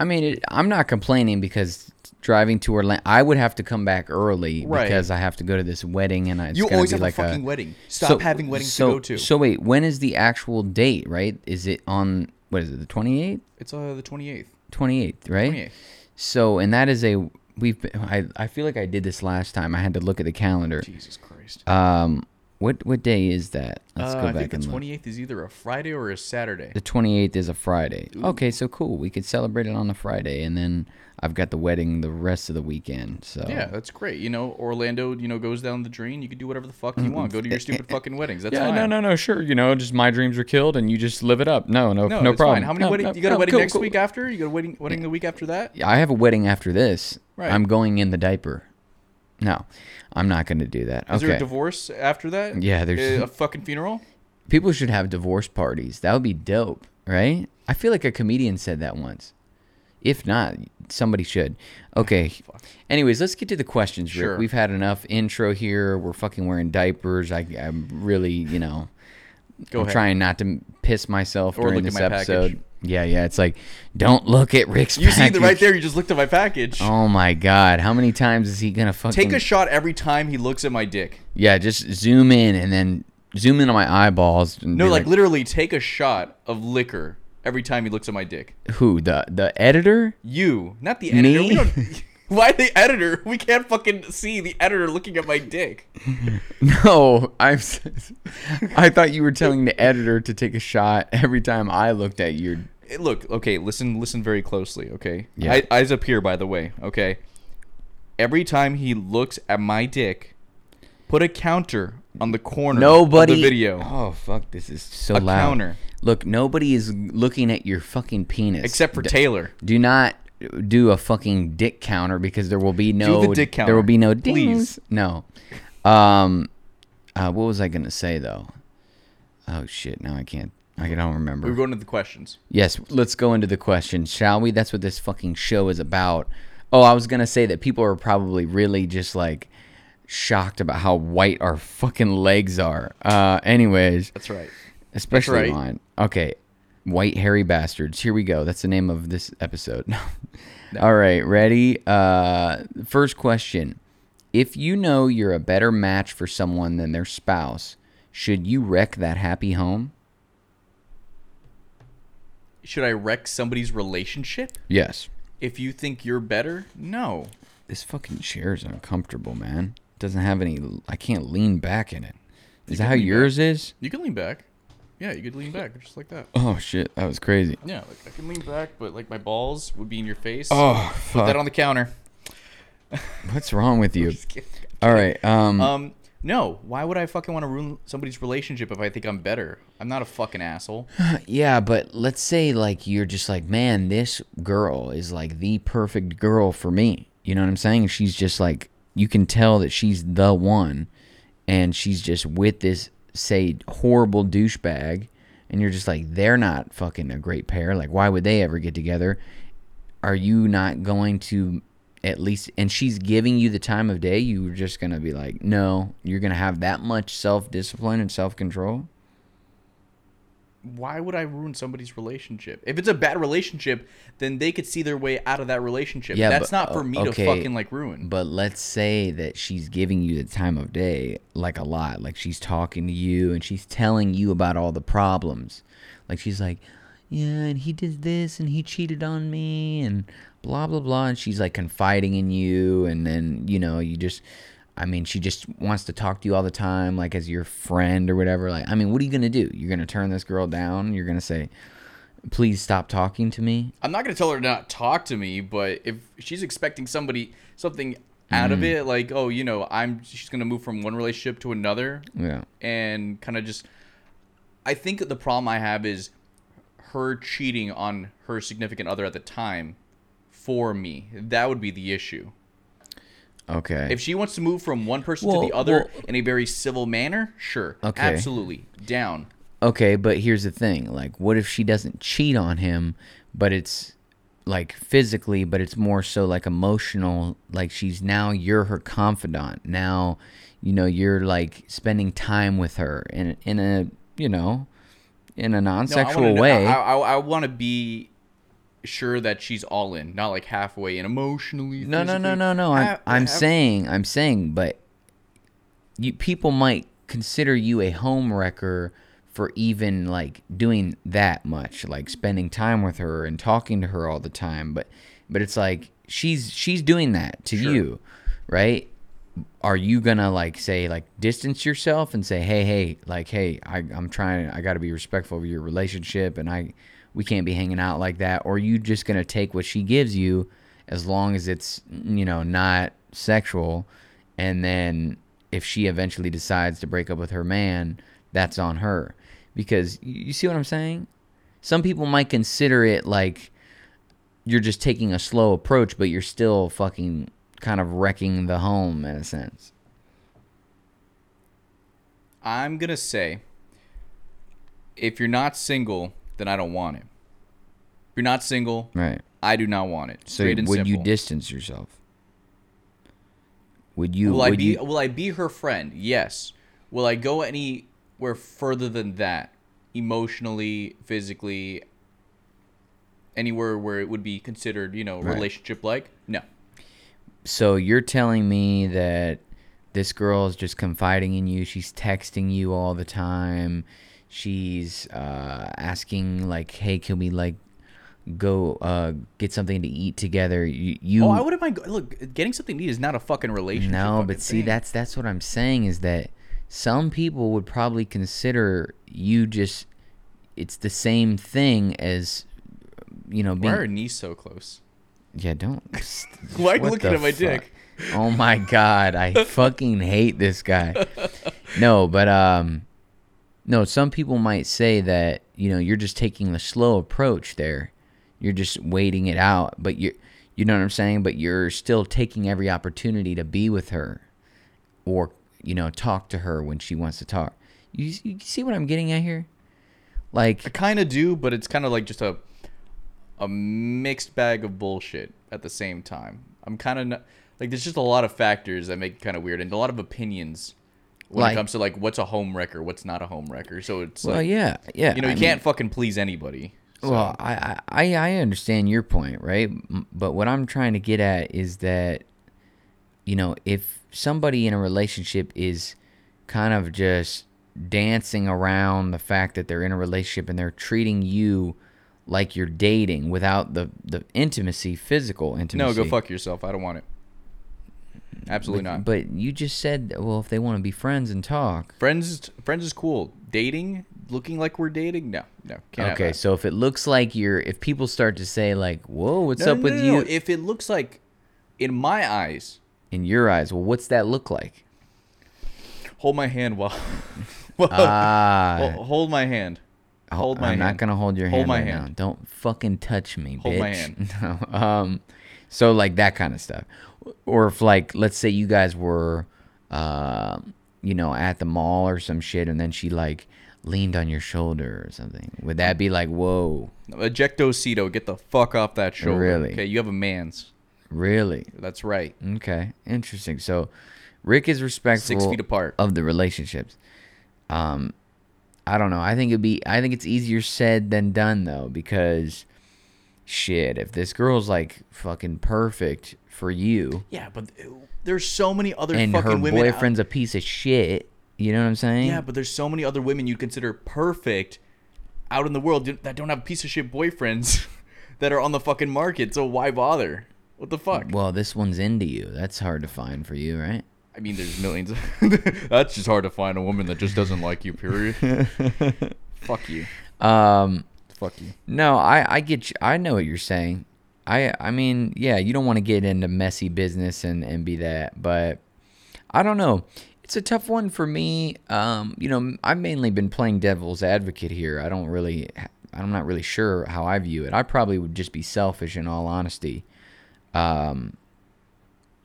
[SPEAKER 1] I mean, it, I'm not complaining because driving to Orlando, I would have to come back early
[SPEAKER 2] Right.
[SPEAKER 1] because I have to go to this wedding, and I- it's
[SPEAKER 2] You
[SPEAKER 1] gonna
[SPEAKER 2] always
[SPEAKER 1] be
[SPEAKER 2] have
[SPEAKER 1] like
[SPEAKER 2] a fucking
[SPEAKER 1] a,
[SPEAKER 2] wedding. Stop
[SPEAKER 1] So-
[SPEAKER 2] having weddings
[SPEAKER 1] so,
[SPEAKER 2] to go to.
[SPEAKER 1] So wait, when is the actual date? Right? Is it on what is it? The 28th,
[SPEAKER 2] it's uh, the 28th.
[SPEAKER 1] 28th, right?
[SPEAKER 2] 28th.
[SPEAKER 1] So and that is a we've. Been, I I feel like I did this last time. I had to look at the calendar.
[SPEAKER 2] Jesus Christ.
[SPEAKER 1] Um, what what day is that? Let's
[SPEAKER 2] Uh,
[SPEAKER 1] go
[SPEAKER 2] I
[SPEAKER 1] back
[SPEAKER 2] think the
[SPEAKER 1] and look.
[SPEAKER 2] 28th is either a Friday or a Saturday.
[SPEAKER 1] The 28th is a Friday. Okay, so cool. We could celebrate it on the Friday, and then I've got the wedding the rest of the weekend. So
[SPEAKER 2] Yeah, that's great. You know, Orlando, you know, goes down the drain. You can do whatever the fuck you want. Go to your stupid fucking weddings. That's fine.
[SPEAKER 1] no, sure. You know, just my dreams are killed, and you just live it up. No,
[SPEAKER 2] No, it's fine. How many
[SPEAKER 1] No,
[SPEAKER 2] wedding?
[SPEAKER 1] no,
[SPEAKER 2] you got
[SPEAKER 1] no,
[SPEAKER 2] a wedding
[SPEAKER 1] cool,
[SPEAKER 2] next
[SPEAKER 1] cool.
[SPEAKER 2] week after? You got a wedding, wedding the week after that?
[SPEAKER 1] I have a wedding after this.
[SPEAKER 2] Right.
[SPEAKER 1] I'm going in the diaper. No, I'm not going to do that.
[SPEAKER 2] Is there a
[SPEAKER 1] okay.
[SPEAKER 2] divorce after that?
[SPEAKER 1] Yeah, there's-
[SPEAKER 2] Uh, a fucking funeral.
[SPEAKER 1] People should have divorce parties. That would be dope, right? I feel like a comedian said that once. If not, somebody should. Okay. Anyways, let's get to the questions, Rick.
[SPEAKER 2] Sure.
[SPEAKER 1] We've had enough intro here. We're fucking wearing diapers. I, I'm really, you know,
[SPEAKER 2] Go
[SPEAKER 1] I'm
[SPEAKER 2] ahead.
[SPEAKER 1] trying not to m- piss myself
[SPEAKER 2] Or
[SPEAKER 1] during
[SPEAKER 2] look at
[SPEAKER 1] this
[SPEAKER 2] my package.
[SPEAKER 1] episode. Yeah, yeah. It's like, don't look at Rick's.
[SPEAKER 2] You see the right
[SPEAKER 1] package.
[SPEAKER 2] there. You just looked at my package.
[SPEAKER 1] Oh mm. my god! How many times is he gonna fucking
[SPEAKER 2] Take a shot every time he looks at my dick.
[SPEAKER 1] yeah? Just zoom in and then zoom in on my eyeballs. And
[SPEAKER 2] No,
[SPEAKER 1] be
[SPEAKER 2] like literally, take a shot of liquor every time he looks at my dick.
[SPEAKER 1] who the the editor?
[SPEAKER 2] You, not the editor.
[SPEAKER 1] Me?
[SPEAKER 2] We don't, why the editor? We can't fucking see the editor looking at my dick.
[SPEAKER 1] No, I'm. s- I thought you were telling the editor to take a shot every time I looked at your.
[SPEAKER 2] Eh, Look, okay, listen, listen very closely, okay.
[SPEAKER 1] Yeah.
[SPEAKER 2] I, eyes up here, by the way, okay. Every time he looks at my dick, put a counter on the corner
[SPEAKER 1] Nobody.
[SPEAKER 2] of the video,
[SPEAKER 1] Oh fuck! This is so
[SPEAKER 2] A
[SPEAKER 1] loud.
[SPEAKER 2] counter.
[SPEAKER 1] Look, nobody is looking at your fucking penis
[SPEAKER 2] except for
[SPEAKER 1] D-
[SPEAKER 2] Taylor.
[SPEAKER 1] Do not do a fucking dick counter because there will be no
[SPEAKER 2] the dick
[SPEAKER 1] There will
[SPEAKER 2] counter,
[SPEAKER 1] be no dings.
[SPEAKER 2] please.
[SPEAKER 1] No. Um, uh, what was I gonna say though? Oh shit! Now I can't. I don't remember.
[SPEAKER 2] We're going to the questions.
[SPEAKER 1] Yes, let's go into the question, shall we? That's what this fucking show is about. Oh, I was gonna say that people are probably really just like shocked about how white our fucking legs are. Uh, anyways,
[SPEAKER 2] That's right.
[SPEAKER 1] especially
[SPEAKER 2] right.
[SPEAKER 1] mine. Okay, white hairy bastards. Here we go. That's the name of this episode. All right, ready? Uh, first question: If you know you're a better match for someone than their spouse, should you wreck that happy home?
[SPEAKER 2] Should I wreck somebody's relationship
[SPEAKER 1] Yes.
[SPEAKER 2] if you think you're better? No.
[SPEAKER 1] This fucking chair is uncomfortable, man. doesn't have any. I can't lean back in it. Is that how
[SPEAKER 2] lean
[SPEAKER 1] yours is?
[SPEAKER 2] You can lean back. Yeah, you could lean back just like that.
[SPEAKER 1] Oh shit, that was crazy.
[SPEAKER 2] Yeah, like I can lean back, but like my balls would be in your face.
[SPEAKER 1] Oh
[SPEAKER 2] Put that
[SPEAKER 1] fuck.
[SPEAKER 2] on the counter.
[SPEAKER 1] What's wrong with you?
[SPEAKER 2] Just kidding.
[SPEAKER 1] All right. Um.
[SPEAKER 2] Um, no. Why would I fucking want to ruin somebody's relationship if I think I'm better? I'm not a fucking asshole.
[SPEAKER 1] Yeah, but let's say like you're just like, man, this girl is like the perfect girl for me. You know what I'm saying? She's just like you can tell that she's the one, and she's just with this say horrible douchebag, and you're just like they're not fucking a great pair. Like why would they ever get together? Are you not going to at least and she's giving you the time of day you're just going to be like no you're going to have that much self-discipline and self-control
[SPEAKER 2] Why would I ruin somebody's relationship? If it's a bad relationship, then they could see their way out of that relationship.
[SPEAKER 1] Yeah,
[SPEAKER 2] That's
[SPEAKER 1] but-
[SPEAKER 2] not for
[SPEAKER 1] oh,
[SPEAKER 2] me
[SPEAKER 1] okay.
[SPEAKER 2] to fucking like ruin.
[SPEAKER 1] But let's say that she's giving you the time of day, like a lot. Like she's talking to you and she's telling you about all the problems. Like she's like, yeah, and he did this and he cheated on me and blah, blah, blah. And she's like confiding in you. And then, you know, you just, I mean, she just wants to talk to you all the time, like as your friend or whatever. Like, I mean, what are you going to do? You're going to turn this girl down? You're going to say, please stop talking to me.
[SPEAKER 2] I'm not gonna tell her to not talk to me, but if she's expecting somebody something out
[SPEAKER 1] Mm.
[SPEAKER 2] of it, like oh, you know, I'm she's gonna move from one relationship to another,
[SPEAKER 1] Yeah.
[SPEAKER 2] and kind of just. I think the problem I have is her cheating on her significant other at the time for me. That would be the issue.
[SPEAKER 1] Okay.
[SPEAKER 2] If she wants to move from one person to
[SPEAKER 1] Well,
[SPEAKER 2] the other
[SPEAKER 1] well-
[SPEAKER 2] in a very civil manner, sure.
[SPEAKER 1] Okay.
[SPEAKER 2] Absolutely. Down.
[SPEAKER 1] okay, but here's the thing. Like, what if she doesn't cheat on him, but it's like physically, but it's more so like emotional. Like, she's now you're her confidant. Now, you know, you're like spending time with her in in a you know, in a
[SPEAKER 2] No, I wanna
[SPEAKER 1] non-sexual
[SPEAKER 2] know-
[SPEAKER 1] way.
[SPEAKER 2] I, I, I want to be sure that she's all in, not like halfway and emotionally.
[SPEAKER 1] no, no, no,
[SPEAKER 2] physically.
[SPEAKER 1] no, no. I'm
[SPEAKER 2] Ha-
[SPEAKER 1] I'm
[SPEAKER 2] half-
[SPEAKER 1] saying I'm saying, but you people might consider you a home wrecker for even like doing that much, like spending time with her and talking to her all the time. But but it's like she's she's doing that to
[SPEAKER 2] Sure.
[SPEAKER 1] you, right? Are you gonna like say like distance yourself and say hey hey like hey I I'm trying I got to be respectful of your relationship and I we can't be hanging out like that or are you just gonna take what she gives you as long as it's you know not sexual and then if she eventually decides to break up with her man, that's on her. Because you you see what I'm saying? Some people might consider it like you're just taking a slow approach, but you're still fucking kind of wrecking the home in a sense.
[SPEAKER 2] I'm going to say if you're not single, then I don't want it. If you're not single,
[SPEAKER 1] Right.
[SPEAKER 2] I do not want it.
[SPEAKER 1] So
[SPEAKER 2] Straight and
[SPEAKER 1] would
[SPEAKER 2] simple.
[SPEAKER 1] you distance yourself? Would you
[SPEAKER 2] Will I
[SPEAKER 1] would
[SPEAKER 2] be
[SPEAKER 1] you,
[SPEAKER 2] will I be her friend? Yes. Will I go anywhere further than that? Emotionally, physically, anywhere where it would be considered, you know,
[SPEAKER 1] Right.
[SPEAKER 2] relationship like? No.
[SPEAKER 1] so you're telling me that this girl is just confiding in you she's texting you all the time she's uh, asking like hey can we like go uh, get something to eat together you, you
[SPEAKER 2] Oh, I wouldn't mind. go- Look, getting something neat is not a fucking relationship.
[SPEAKER 1] no
[SPEAKER 2] fucking
[SPEAKER 1] but see
[SPEAKER 2] thing.
[SPEAKER 1] that's that's what i'm saying is that some people would probably consider you just it's the same thing as you know
[SPEAKER 2] why
[SPEAKER 1] being
[SPEAKER 2] are knees so close?
[SPEAKER 1] yeah don't
[SPEAKER 2] Why are you
[SPEAKER 1] What
[SPEAKER 2] looking
[SPEAKER 1] the
[SPEAKER 2] at my
[SPEAKER 1] fuck?
[SPEAKER 2] dick?
[SPEAKER 1] Oh my god, I fucking hate this guy. No, but um no, some people might say that, you know, you're just taking the slow approach there. You're just waiting it out, but you you know what I'm saying, but you're still taking every opportunity to be with her or, you know, talk to her when she wants to talk. You, you see what I'm getting at here?
[SPEAKER 2] I
[SPEAKER 1] Like
[SPEAKER 2] kind of do, but it's kind of like just a a mixed bag of bullshit at the same time. I'm kind of not, like there's just a lot of factors that make it kind of weird and a lot of opinions when
[SPEAKER 1] Like-
[SPEAKER 2] it comes to like what's a home wrecker, what's not a home wrecker. So it's
[SPEAKER 1] well,
[SPEAKER 2] like
[SPEAKER 1] yeah, yeah.
[SPEAKER 2] you know,
[SPEAKER 1] I
[SPEAKER 2] you
[SPEAKER 1] mean-
[SPEAKER 2] can't fucking please anybody. So
[SPEAKER 1] Well, I, I I I understand your point, right? M- But what I'm trying to get at is that, you know, if somebody in a relationship is kind of just dancing around the fact that they're in a relationship and they're treating you like you're dating without the the intimacy, physical
[SPEAKER 2] no,
[SPEAKER 1] intimacy.
[SPEAKER 2] go fuck yourself. I don't want it. Absolutely
[SPEAKER 1] but,
[SPEAKER 2] not.
[SPEAKER 1] But you just said, well, if they want to be friends and talk.
[SPEAKER 2] friends, is- friends is cool. Dating, looking like we're dating, no, no. Can't have
[SPEAKER 1] okay,
[SPEAKER 2] that.
[SPEAKER 1] so if it looks like you're, if people start to say like, whoa, what's
[SPEAKER 2] No,
[SPEAKER 1] up
[SPEAKER 2] no,
[SPEAKER 1] with
[SPEAKER 2] no,
[SPEAKER 1] you?
[SPEAKER 2] no. If it looks like, in my eyes,
[SPEAKER 1] in your eyes, well, what's that look like?
[SPEAKER 2] hold my hand while, while
[SPEAKER 1] Ah,
[SPEAKER 2] Hol- hold my hand.
[SPEAKER 1] Ho-
[SPEAKER 2] Hold my
[SPEAKER 1] I'm
[SPEAKER 2] hand.
[SPEAKER 1] not gonna hold your hand.
[SPEAKER 2] Hold my
[SPEAKER 1] right
[SPEAKER 2] hand.
[SPEAKER 1] Now. Don't fucking touch me,
[SPEAKER 2] Hold
[SPEAKER 1] bitch.
[SPEAKER 2] my
[SPEAKER 1] No. Um, so like that kind of stuff, or if like let's say you guys were, uh, you know, at the mall or some shit, and then she like leaned on your shoulder or something. Would that be like, whoa,
[SPEAKER 2] Ejectocito, get the fuck off that shoulder.
[SPEAKER 1] Really?
[SPEAKER 2] Okay, you have a man's.
[SPEAKER 1] really?
[SPEAKER 2] That's right.
[SPEAKER 1] Okay, interesting. So Rick is respectful
[SPEAKER 2] Six feet apart.
[SPEAKER 1] of the relationships. Um, I don't know. I think it'd be. I think it's easier said than done though, because shit, if this girl's like fucking perfect for you,
[SPEAKER 2] yeah, but there's so many other
[SPEAKER 1] and
[SPEAKER 2] fucking
[SPEAKER 1] her
[SPEAKER 2] women. out-
[SPEAKER 1] boyfriend's a piece of shit, you know what I'm saying?
[SPEAKER 2] yeah, but there's so many other women you consider perfect out in the world that don't have piece of shit boyfriends that are on the fucking market. So why bother? What the fuck?
[SPEAKER 1] Well, this one's into you. That's hard to find for you, right?
[SPEAKER 2] I mean, there's millions. Of That's just hard to find a woman that just doesn't like you. Period. fuck you.
[SPEAKER 1] Um,
[SPEAKER 2] Fuck you.
[SPEAKER 1] No, I I get you. I know what you're saying. I I mean, yeah, you don't want to get into messy business and and be that, but I don't know. It's a tough one for me. Um, you know, I've mainly been playing devil's advocate here. I don't really I'm not really sure how I view it. I probably would just be selfish in all honesty. Um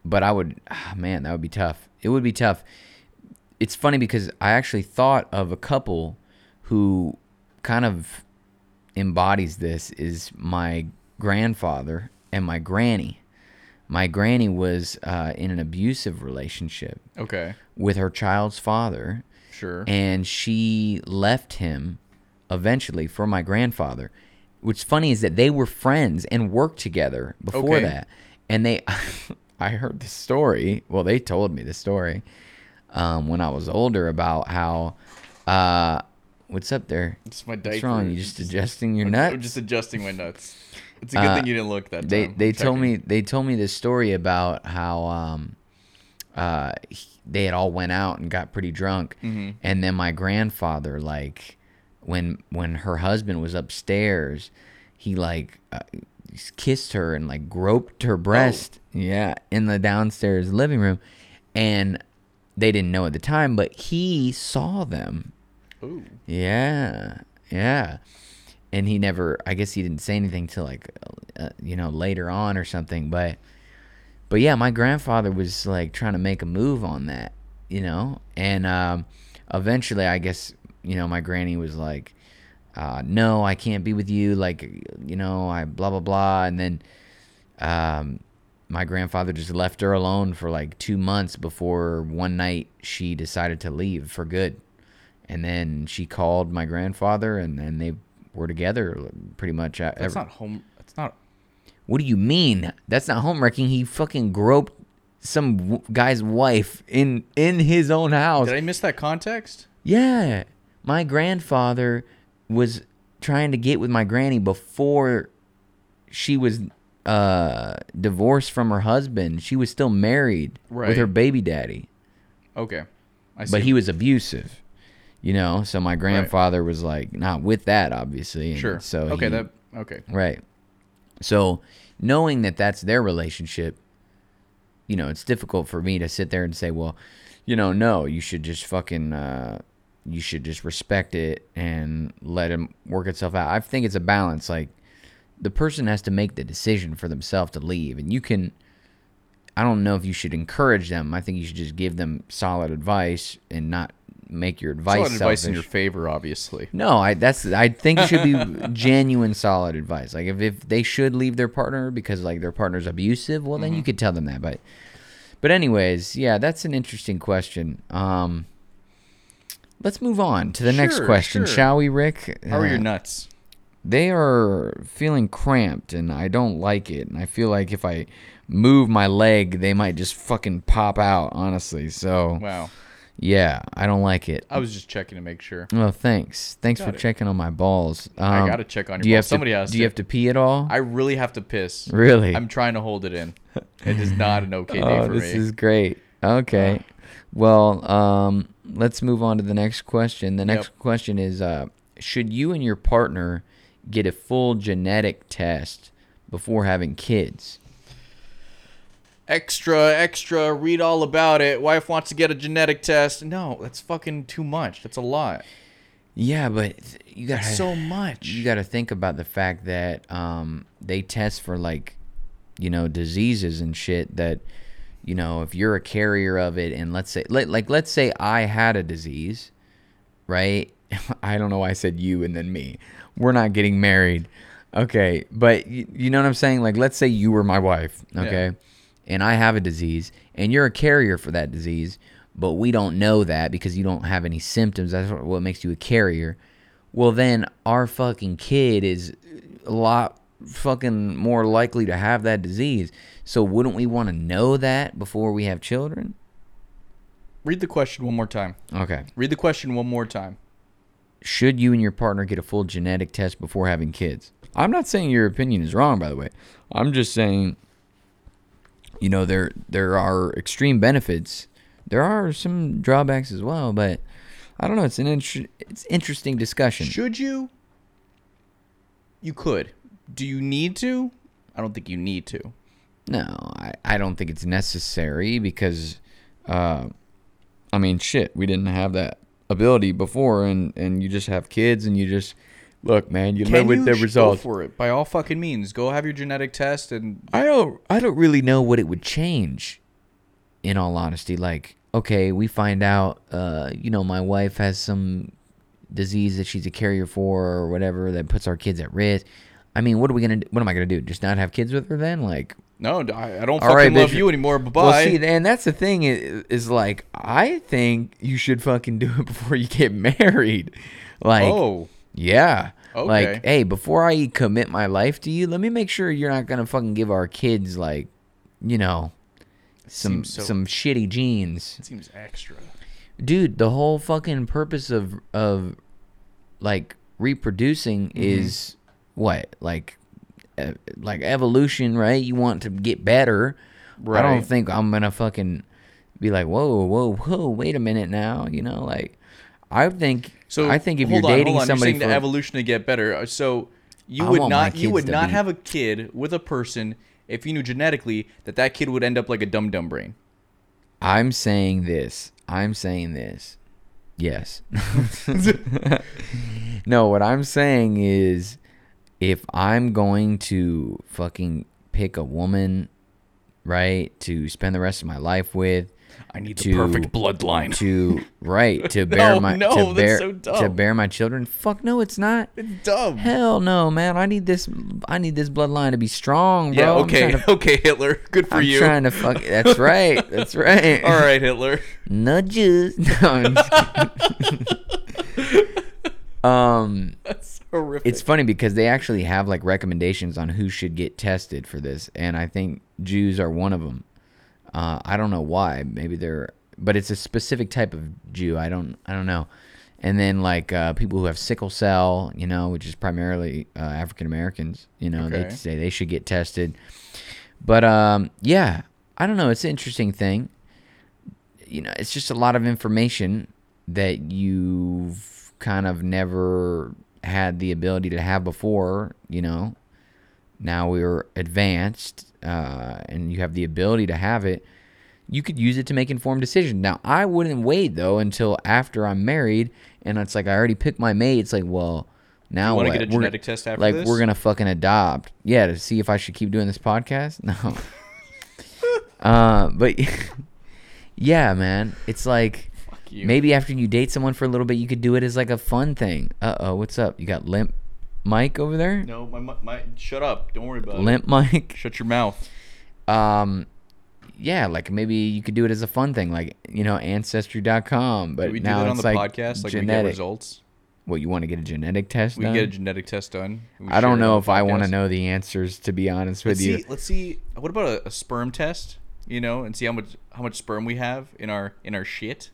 [SPEAKER 1] but I would ah, man, that would be tough. It would be tough. It's funny because I actually thought of a couple who kind of embodies this is my grandfather and my granny. My granny was uh, in an abusive relationship
[SPEAKER 2] Okay.
[SPEAKER 1] with her child's father,
[SPEAKER 2] Sure.
[SPEAKER 1] and she left him eventually for my grandfather. What's funny is that they were friends and worked together before
[SPEAKER 2] Okay.
[SPEAKER 1] that. And they, I heard the story. Well, they told me the story um, when I was older about how, uh, what's up there?
[SPEAKER 2] It's my diaper.
[SPEAKER 1] What's wrong? You just adjusting your
[SPEAKER 2] I'm
[SPEAKER 1] nuts?
[SPEAKER 2] just adjusting my nuts. It's a good thing you didn't look that
[SPEAKER 1] Uh, they
[SPEAKER 2] time.
[SPEAKER 1] they
[SPEAKER 2] I'm
[SPEAKER 1] told
[SPEAKER 2] checking.
[SPEAKER 1] me they told me this story about how um uh he- they had all went out and got pretty drunk and then my grandfather like when when her husband was upstairs he like uh, kissed her and like groped her breast yeah in the downstairs living room and they didn't know at the time but he saw them
[SPEAKER 2] Ooh.
[SPEAKER 1] yeah, yeah. And he never, I guess he didn't say anything till like, uh, you know, later on or something. But, but yeah, my grandfather was like trying to make a move on that, you know. And um, eventually, I guess, you know, my granny was like, uh, "No, I can't be with you." Like, you know, I blah blah blah. And then, um, my grandfather just left her alone for like two months before one night she decided to leave for good and then she called my grandfather and then they were together pretty much uh,
[SPEAKER 2] That's
[SPEAKER 1] ever-
[SPEAKER 2] not home. That's not.
[SPEAKER 1] what do you mean that's not homewrecking he fucking groped some w- guy's wife in in his own house
[SPEAKER 2] Did I miss that context?
[SPEAKER 1] yeah my grandfather was trying to get with my granny before she was uh divorced from her husband she was still married with
[SPEAKER 2] Right.
[SPEAKER 1] her baby daddy
[SPEAKER 2] Okay. I see.
[SPEAKER 1] but he was abusive you know so my grandfather was like not with that obviously and
[SPEAKER 2] sure.
[SPEAKER 1] so
[SPEAKER 2] okay.
[SPEAKER 1] he-
[SPEAKER 2] That. Okay.
[SPEAKER 1] right so knowing that that's their relationship you know it's difficult for me to sit there and say well you know no you should just fucking uh you should just respect it and let him work itself out i think it's a balance like the person has to make the decision for themselves to leave and you can I don't know if you should encourage them. I think you should just give them solid advice and not make your
[SPEAKER 2] It's a
[SPEAKER 1] advice
[SPEAKER 2] lot of advice in your
[SPEAKER 1] selfish.
[SPEAKER 2] favor, obviously.
[SPEAKER 1] No, I that's I think it should be genuine solid advice. Like if, if they should leave their partner because like their partner's abusive, well then
[SPEAKER 2] Mm-hmm.
[SPEAKER 1] you could tell them that. But but anyways, yeah, that's an interesting question. Um let's move on to the next
[SPEAKER 2] Sure,
[SPEAKER 1] question,
[SPEAKER 2] sure.
[SPEAKER 1] shall we, Rick?
[SPEAKER 2] How are
[SPEAKER 1] Uh,
[SPEAKER 2] your nuts?
[SPEAKER 1] they are feeling cramped and I don't like it. And I feel like if I move my leg, they might just fucking pop out, honestly. So,
[SPEAKER 2] Wow.
[SPEAKER 1] yeah, I don't like it.
[SPEAKER 2] I was just checking to make sure.
[SPEAKER 1] Oh, thanks. Thanks for
[SPEAKER 2] Got it.
[SPEAKER 1] checking on my balls. Um,
[SPEAKER 2] I gotta check on your
[SPEAKER 1] do you have
[SPEAKER 2] balls.
[SPEAKER 1] to-
[SPEAKER 2] Somebody has
[SPEAKER 1] Do you
[SPEAKER 2] to.
[SPEAKER 1] have to pee at all?
[SPEAKER 2] I really have to piss.
[SPEAKER 1] really?
[SPEAKER 2] I'm trying to hold it in. It is not an okay day
[SPEAKER 1] oh,
[SPEAKER 2] for
[SPEAKER 1] this
[SPEAKER 2] me. Uh.
[SPEAKER 1] is great. Okay. well, um, let's move on to the next question. The next question is uh, Should you and your partner get a full genetic test before having kids?
[SPEAKER 2] extra, extra, read all about it. Wife wants to get a genetic test. No, that's fucking too much. That's a lot.
[SPEAKER 1] Yeah, but th- you got
[SPEAKER 2] That's so much.
[SPEAKER 1] you got to think about the fact that um, they test for like you know diseases and shit that you know if you're a carrier of it and let's say let, like let's say I had a disease, right? I don't know why I said you and then me. We're not getting married. Okay, but you, you know what I'm saying? Like let's say you were my wife, okay? And I have a disease and you're a carrier for that disease, but we don't know that because you don't have any symptoms. That's what what makes you a carrier. Well, then our fucking kid is a lot fucking more likely to have that disease. So wouldn't we want to know that before we have children?
[SPEAKER 2] read the question one more time.
[SPEAKER 1] Okay.
[SPEAKER 2] Read the question one more time.
[SPEAKER 1] Should you and your partner get a full genetic test before having kids? I'm not saying your opinion is wrong, by the way. I'm just saying, you know, there there are extreme benefits. There are some drawbacks as well, but I don't know. It's an inter- it's interesting discussion.
[SPEAKER 2] Should you? You could. Do you need to? I don't think you need to.
[SPEAKER 1] No, I, I don't think it's necessary because, uh, I mean, shit, we didn't have that ability before, and and you just have kids, and you just look, man, you live
[SPEAKER 2] Can
[SPEAKER 1] with
[SPEAKER 2] you
[SPEAKER 1] the
[SPEAKER 2] sh- go
[SPEAKER 1] results.
[SPEAKER 2] for it by all fucking means. Go have your genetic test and
[SPEAKER 1] I don't I don't really know what it would change. In all honesty, like okay, we find out, uh, you know, my wife has some disease that she's a carrier for or whatever that puts our kids at risk. I mean, what are we gonna? do- What am I gonna do? Just not have kids with her then? Like,
[SPEAKER 2] no, I, I don't
[SPEAKER 1] All
[SPEAKER 2] fucking
[SPEAKER 1] right,
[SPEAKER 2] love
[SPEAKER 1] bitch.
[SPEAKER 2] you anymore. Bye bye.
[SPEAKER 1] Well, see, and that's the thing is, is like I think you should fucking do it before you get married. Like,
[SPEAKER 2] oh,
[SPEAKER 1] yeah.
[SPEAKER 2] Okay.
[SPEAKER 1] Like, hey, before I commit my life to you, let me make sure you're not gonna fucking give our kids like, you know, some
[SPEAKER 2] Seems so-
[SPEAKER 1] some shitty genes,
[SPEAKER 2] it seems extra.
[SPEAKER 1] dude. The whole fucking purpose of of like reproducing
[SPEAKER 2] Mm-hmm.
[SPEAKER 1] is what like uh, like evolution, right? You want to get better. I don't
[SPEAKER 2] Right.
[SPEAKER 1] think I'm gonna fucking be like, whoa, whoa, whoa, wait a minute now. You know, like I think
[SPEAKER 2] So
[SPEAKER 1] I think if
[SPEAKER 2] hold
[SPEAKER 1] you're
[SPEAKER 2] on,
[SPEAKER 1] dating
[SPEAKER 2] hold on.
[SPEAKER 1] somebody
[SPEAKER 2] you're
[SPEAKER 1] for
[SPEAKER 2] saying the evolution to get better. Uh, So you
[SPEAKER 1] I
[SPEAKER 2] would
[SPEAKER 1] want my
[SPEAKER 2] not you
[SPEAKER 1] kids
[SPEAKER 2] would
[SPEAKER 1] to
[SPEAKER 2] not
[SPEAKER 1] be-
[SPEAKER 2] have a kid with a person if you knew genetically that that kid would end up like a dumb dumb brain.
[SPEAKER 1] I'm saying this. I'm saying this. Yes. no, what I'm saying is if I'm going to fucking pick a woman, right, to spend the rest of my life with,
[SPEAKER 2] I need
[SPEAKER 1] the To- perfect
[SPEAKER 2] bloodline.
[SPEAKER 1] to right, to bear my
[SPEAKER 2] no,
[SPEAKER 1] to
[SPEAKER 2] that's
[SPEAKER 1] bear
[SPEAKER 2] so
[SPEAKER 1] to
[SPEAKER 2] dumb.
[SPEAKER 1] bear my children. Fuck no, it's not.
[SPEAKER 2] dumb.
[SPEAKER 1] Hell no, man. I need this I need this bloodline to be strong, bro.
[SPEAKER 2] yeah.
[SPEAKER 1] I'm
[SPEAKER 2] okay.
[SPEAKER 1] trying to-
[SPEAKER 2] okay, Hitler. Good for
[SPEAKER 1] I'm
[SPEAKER 2] you.
[SPEAKER 1] trying to fuck that's right. That's right.
[SPEAKER 2] All right, Hitler.
[SPEAKER 1] nudges. No, I'm just kidding. um,
[SPEAKER 2] That's horrific.
[SPEAKER 1] it's funny because they actually have like recommendations on who should get tested for this, and I think Jews are one of them. Uh, I don't know why. Maybe they're, but it's a specific type of Jew. I don't, I don't know. And then like uh, people who have sickle cell, you know, which is primarily uh, African Americans. You know, they
[SPEAKER 2] Okay.
[SPEAKER 1] say they should get tested. But um, yeah, I don't know. It's an interesting thing you know, it's just a lot of information that you've kind of never had the ability to have before, you know. Now we're advanced uh, and you have the ability to have it. You could use it to make informed decisions. Now, I wouldn't wait though until after I'm married and it's like I already picked my mate. It's like, well, now
[SPEAKER 2] wanna
[SPEAKER 1] what?
[SPEAKER 2] get a
[SPEAKER 1] We're-
[SPEAKER 2] genetic test after
[SPEAKER 1] like
[SPEAKER 2] this?
[SPEAKER 1] we're gonna fucking adopt. Yeah, to see if I should keep doing this podcast. No. uh, but yeah, man, it's like
[SPEAKER 2] Fuck you.
[SPEAKER 1] maybe after you date someone for a little bit, you could do it as like a fun thing. Uh oh, what's up? You got limp Mike over there?
[SPEAKER 2] No, my, my my shut up. Don't worry about it.
[SPEAKER 1] Limp Mike.
[SPEAKER 2] Shut your mouth.
[SPEAKER 1] Um, yeah, like maybe you could do it as a fun thing, like you know, ancestry.com. But
[SPEAKER 2] Do we do
[SPEAKER 1] now
[SPEAKER 2] that on
[SPEAKER 1] it's
[SPEAKER 2] the
[SPEAKER 1] like
[SPEAKER 2] podcast? Like we get
[SPEAKER 1] genetic.
[SPEAKER 2] results.
[SPEAKER 1] Well, you want to get a genetic test?
[SPEAKER 2] We
[SPEAKER 1] done?
[SPEAKER 2] get a genetic test done. and we
[SPEAKER 1] I
[SPEAKER 2] share
[SPEAKER 1] don't
[SPEAKER 2] it
[SPEAKER 1] know
[SPEAKER 2] on
[SPEAKER 1] if
[SPEAKER 2] the
[SPEAKER 1] I want
[SPEAKER 2] podcast.
[SPEAKER 1] to know the answers. To be honest with
[SPEAKER 2] Let's
[SPEAKER 1] you,
[SPEAKER 2] see. Let's see. What about a, a sperm test? You know, and see how much how much sperm we have in our in our shit.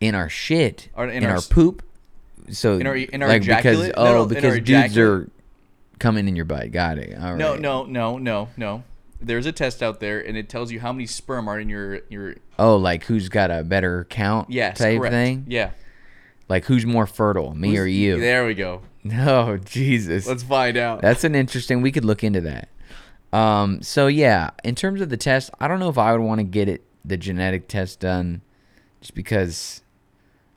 [SPEAKER 1] in our shit,
[SPEAKER 2] Or
[SPEAKER 1] in,
[SPEAKER 2] in
[SPEAKER 1] our,
[SPEAKER 2] our s-
[SPEAKER 1] poop. So
[SPEAKER 2] in our- e, in our
[SPEAKER 1] like because
[SPEAKER 2] ejaculate?
[SPEAKER 1] oh
[SPEAKER 2] No, no, in
[SPEAKER 1] because
[SPEAKER 2] our
[SPEAKER 1] dudes
[SPEAKER 2] ejaculate.
[SPEAKER 1] are coming in your butt. Got it. All right.
[SPEAKER 2] No, no, no, no, no. There's a test out there, and it tells you how many sperm are in your your.
[SPEAKER 1] Oh, like who's got a better count?
[SPEAKER 2] Yes,
[SPEAKER 1] Type
[SPEAKER 2] correct.
[SPEAKER 1] thing.
[SPEAKER 2] Yeah.
[SPEAKER 1] Like who's more fertile, me or you?
[SPEAKER 2] There we go.
[SPEAKER 1] No, Jesus.
[SPEAKER 2] Let's find out.
[SPEAKER 1] That's an interesting. We could look into that. Um. So yeah, in terms of the test, I don't know if I would want to get it the genetic test done, just because.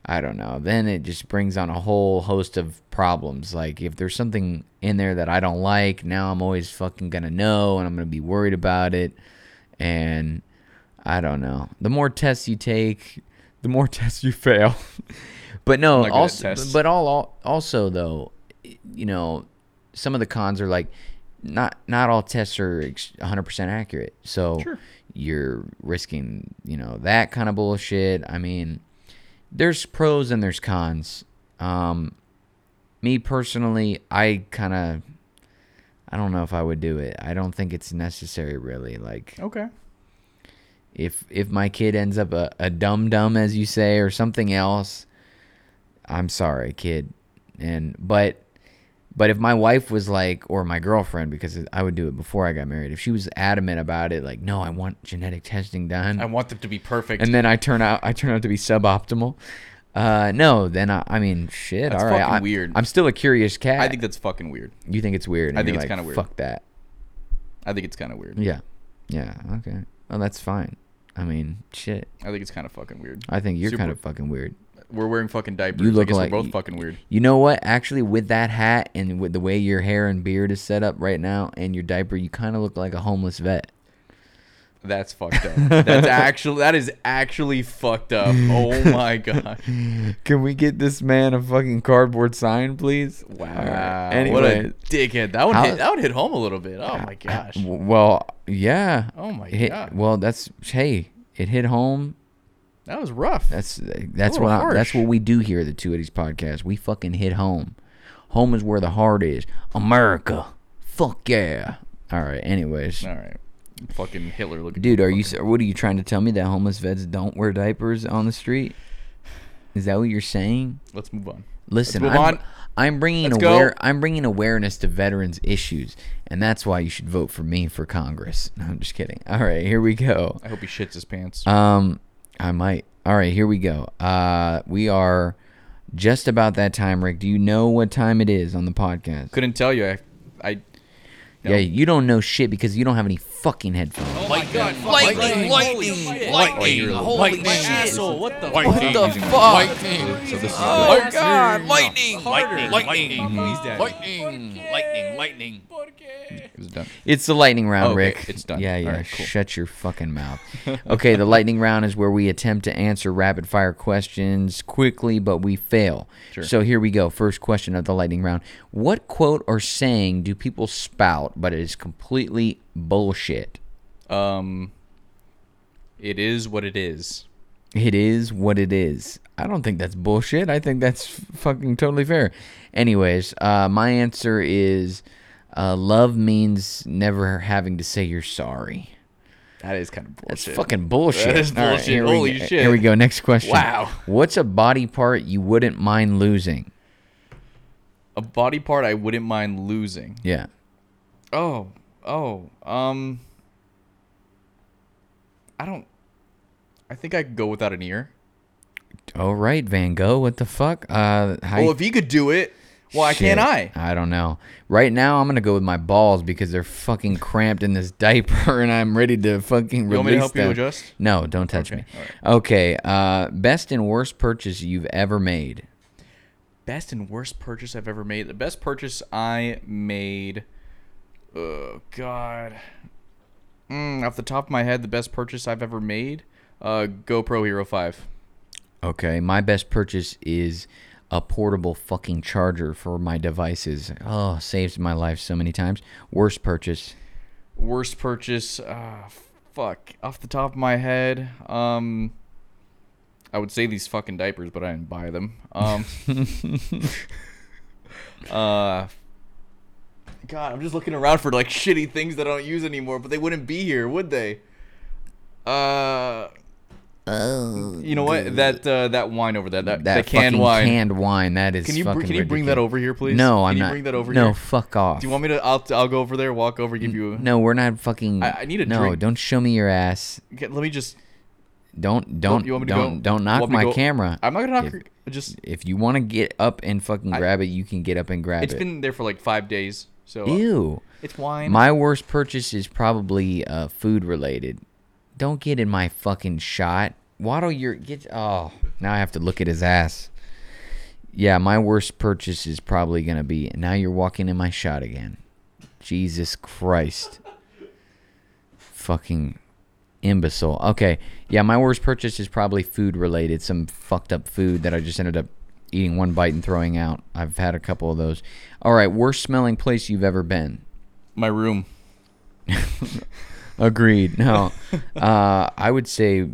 [SPEAKER 1] I don't know. Then it just brings on a whole host of problems. Like if there's something in there that I don't like, now I'm always fucking gonna know, and I'm gonna be worried about it. And I don't know. The more tests you take, the more tests you fail. but no,
[SPEAKER 2] not good at
[SPEAKER 1] also,
[SPEAKER 2] tests.
[SPEAKER 1] but all, all also though, you know, some of the cons are like not not all tests are ex- 100% accurate. So
[SPEAKER 2] Sure.
[SPEAKER 1] you're risking, you know, that kind of bullshit. I mean, there's pros and there's cons. Um me personally, I kind of I don't know if I would do it. I don't think it's necessary really. Like
[SPEAKER 2] okay.
[SPEAKER 1] if if my kid ends up a, a dumb dumb as you say or something else i'm sorry kid and but but if my wife was like or my girlfriend because i would do it before i got married if she was adamant about it like no i want genetic testing done
[SPEAKER 2] I want them to be perfect.
[SPEAKER 1] and then i turn out i turn out to be suboptimal Uh, no, then I, I mean, shit.
[SPEAKER 2] That's
[SPEAKER 1] all right,
[SPEAKER 2] fucking
[SPEAKER 1] I,
[SPEAKER 2] weird.
[SPEAKER 1] I'm still a curious cat.
[SPEAKER 2] I think that's fucking weird.
[SPEAKER 1] you think it's weird. and
[SPEAKER 2] I think
[SPEAKER 1] you're
[SPEAKER 2] it's
[SPEAKER 1] like,
[SPEAKER 2] kinda weird.
[SPEAKER 1] Fuck that.
[SPEAKER 2] I think it's kind of weird.
[SPEAKER 1] Yeah, yeah. Okay. Well, that's fine. I mean, shit.
[SPEAKER 2] I think it's kind of fucking weird.
[SPEAKER 1] I think you're
[SPEAKER 2] Super-
[SPEAKER 1] kind of fucking weird.
[SPEAKER 2] We're wearing fucking diapers.
[SPEAKER 1] You look
[SPEAKER 2] I guess
[SPEAKER 1] like-
[SPEAKER 2] we're both fucking weird.
[SPEAKER 1] You know what? Actually, with that hat and with the way your hair and beard is set up right now, and your diaper, you kind of look like a homeless vet.
[SPEAKER 2] That's fucked up. That's actually that is actually fucked up. Oh my god.
[SPEAKER 1] Can we get this man a fucking cardboard sign, please? Wow.
[SPEAKER 2] Wow. what a dickhead. That would
[SPEAKER 1] How-
[SPEAKER 2] hit that would hit home a little bit. Oh my gosh.
[SPEAKER 1] W- Well, yeah.
[SPEAKER 2] Oh my
[SPEAKER 1] Hit-
[SPEAKER 2] God.
[SPEAKER 1] Well, that's hey, it hit home.
[SPEAKER 2] That was rough.
[SPEAKER 1] That's that's
[SPEAKER 2] little
[SPEAKER 1] what I, that's
[SPEAKER 2] harsh.
[SPEAKER 1] what we do here at the Two Eddies podcast. We fucking hit home. Home is where the heart is. America. Fuck yeah. All right. Anyways,
[SPEAKER 2] All right. Fucking Hitler looking
[SPEAKER 1] dude, are you s- what are you trying to tell me that homeless vets don't wear diapers on the street? Is that what you're saying?
[SPEAKER 2] Let's move on.
[SPEAKER 1] Listen,
[SPEAKER 2] move
[SPEAKER 1] I'm,
[SPEAKER 2] on.
[SPEAKER 1] I'm bringing
[SPEAKER 2] Let's go.
[SPEAKER 1] aware I'm bringing awareness to veterans issues, and that's why you should vote for me for Congress. No, I'm just kidding. All right, here we go.
[SPEAKER 2] I hope he shits his pants.
[SPEAKER 1] Um, I might. All right, here we go. Uh, we are just about that time, Rick. Do you know what time it is on the podcast?
[SPEAKER 2] Couldn't tell you. I, I
[SPEAKER 1] Yeah, you don't know shit because you don't have any fucking headphones.
[SPEAKER 3] Lightning, lightning, lightning, lightning, holy shit.
[SPEAKER 2] What the
[SPEAKER 3] Lightning,
[SPEAKER 1] the fuck?
[SPEAKER 3] lightning,
[SPEAKER 1] Oh my god,
[SPEAKER 3] lightning, lightning, lightning,
[SPEAKER 2] He's dead.
[SPEAKER 3] lightning, lightning, lightning.
[SPEAKER 2] It was done.
[SPEAKER 1] It's the lightning round,
[SPEAKER 2] Oh, okay.
[SPEAKER 1] Rick.
[SPEAKER 2] It's done.
[SPEAKER 1] Yeah, yeah.
[SPEAKER 2] All right, cool.
[SPEAKER 1] Shut your fucking mouth. okay, the lightning round is where we attempt to answer rapid fire questions quickly, but we fail.
[SPEAKER 2] Sure.
[SPEAKER 1] So here we go. First question of the lightning round. What quote or saying do people spout, but it is completely bullshit?
[SPEAKER 2] Um, it is what it is.
[SPEAKER 1] It is what it is. I don't think that's bullshit. I think that's fucking totally fair. Anyways, uh, my answer is uh, love means never having to say you're sorry.
[SPEAKER 2] That is kind of bullshit.
[SPEAKER 1] That's fucking bullshit.
[SPEAKER 2] That is
[SPEAKER 1] All right,
[SPEAKER 2] bullshit.
[SPEAKER 1] here we
[SPEAKER 2] Holy
[SPEAKER 1] go-
[SPEAKER 2] shit.
[SPEAKER 1] Here we go. Next question.
[SPEAKER 2] Wow.
[SPEAKER 1] What's a body part you wouldn't mind losing?
[SPEAKER 2] a body part I wouldn't mind losing.
[SPEAKER 1] Yeah.
[SPEAKER 2] Oh, oh, um, I don't. I think I could go without an ear.
[SPEAKER 1] All right, Van Gogh. What the fuck? Uh, how
[SPEAKER 2] Well, if he could do it, why
[SPEAKER 1] Shit.
[SPEAKER 2] can't I?
[SPEAKER 1] I don't know. Right now, I'm gonna go with my balls because they're fucking cramped in this diaper, and I'm ready to fucking release
[SPEAKER 2] You want me to help you
[SPEAKER 1] them.
[SPEAKER 2] adjust?
[SPEAKER 1] No, don't touch
[SPEAKER 2] Okay,
[SPEAKER 1] me. Okay. Uh, best and worst purchase you've ever made.
[SPEAKER 2] Best and worst purchase I've ever made. The best purchase I made. Oh God. Mm, off the top of my head, the best purchase I've ever made. Uh, GoPro Hero Five.
[SPEAKER 1] Okay, my best purchase is a portable fucking charger for my devices. Oh, saves my life so many times. Worst purchase.
[SPEAKER 2] worst purchase uh fuck off the top of my head um i would say these fucking diapers but i didn't buy them um uh god i'm just looking around for like shitty things that i don't use anymore but they wouldn't be here would they uh
[SPEAKER 1] Oh,
[SPEAKER 2] you know what that uh that wine over there that
[SPEAKER 1] that,
[SPEAKER 2] that, canned
[SPEAKER 1] fucking
[SPEAKER 2] wine
[SPEAKER 1] canned wine. That is.
[SPEAKER 2] can you br-
[SPEAKER 1] fucking
[SPEAKER 2] can you bring that
[SPEAKER 1] ridiculous.
[SPEAKER 2] over here please
[SPEAKER 1] No,
[SPEAKER 2] can
[SPEAKER 1] I'm
[SPEAKER 2] you
[SPEAKER 1] not.
[SPEAKER 2] bring that over
[SPEAKER 1] no,
[SPEAKER 2] here
[SPEAKER 1] fuck off.
[SPEAKER 2] do you want me to i'll i'll go over there walk over give you a
[SPEAKER 1] No, we're not fucking.
[SPEAKER 2] I- I need a
[SPEAKER 1] no,
[SPEAKER 2] drink.
[SPEAKER 1] don't show me your ass.
[SPEAKER 2] Okay, let me just
[SPEAKER 1] Don't don't
[SPEAKER 2] you want me to
[SPEAKER 1] don't
[SPEAKER 2] go?
[SPEAKER 1] don't knock
[SPEAKER 2] Want me
[SPEAKER 1] my
[SPEAKER 2] to go?
[SPEAKER 1] camera.
[SPEAKER 2] I'm not gonna knock.
[SPEAKER 1] If-
[SPEAKER 2] your- Just
[SPEAKER 1] If you want to get up and fucking
[SPEAKER 2] I-
[SPEAKER 1] grab it, you can get up and grab
[SPEAKER 2] it's
[SPEAKER 1] it.
[SPEAKER 2] been there for like five days, so uh,
[SPEAKER 1] Ew.
[SPEAKER 2] it's wine.
[SPEAKER 1] My worst purchase is probably uh, food related. Don't get in my fucking shot. Waddle your get. Oh, now I have to look at his ass. Yeah, my worst purchase is probably gonna be. Now you're walking in my shot again. Jesus Christ. Fucking imbecile. Okay, yeah, my worst purchase is probably food related. Some fucked up food that I just ended up eating one bite and throwing out. I've had a couple of those. All right, worst smelling place you've ever been.
[SPEAKER 2] my room.
[SPEAKER 1] Agreed. No, uh, I would say,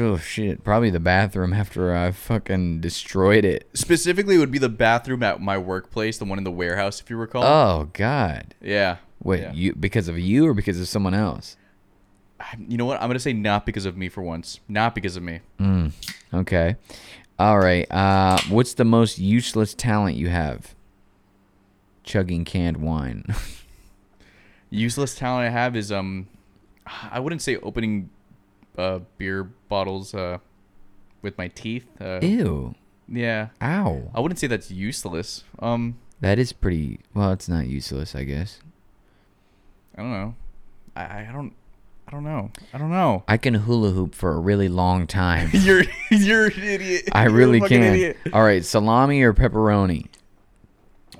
[SPEAKER 1] oh shit, probably the bathroom after I fucking destroyed it.
[SPEAKER 2] Specifically, would be the bathroom at my workplace, the one in the warehouse, if you recall.
[SPEAKER 1] Oh god,
[SPEAKER 2] yeah.
[SPEAKER 1] wait,
[SPEAKER 2] yeah.
[SPEAKER 1] you because of you or because of someone else?
[SPEAKER 2] I- You know what? I'm gonna say not because of me for once. Not because of me.
[SPEAKER 1] Okay, all right. Uh, what's the most useless talent you have? Chugging canned wine.
[SPEAKER 2] Useless talent I have is um, I wouldn't say opening uh beer bottles uh with my teeth. Uh,
[SPEAKER 1] Ew.
[SPEAKER 2] Yeah.
[SPEAKER 1] Ow.
[SPEAKER 2] I wouldn't say that's useless. Um,
[SPEAKER 1] That is pretty. Well, it's not useless, I guess.
[SPEAKER 2] I don't know. I, I don't. I don't know. I don't know.
[SPEAKER 1] I can hula hoop for a really long time.
[SPEAKER 2] You're you're an idiot.
[SPEAKER 1] I
[SPEAKER 2] You're a
[SPEAKER 1] really
[SPEAKER 2] fucking
[SPEAKER 1] can.
[SPEAKER 2] idiot.
[SPEAKER 1] All right, salami or pepperoni?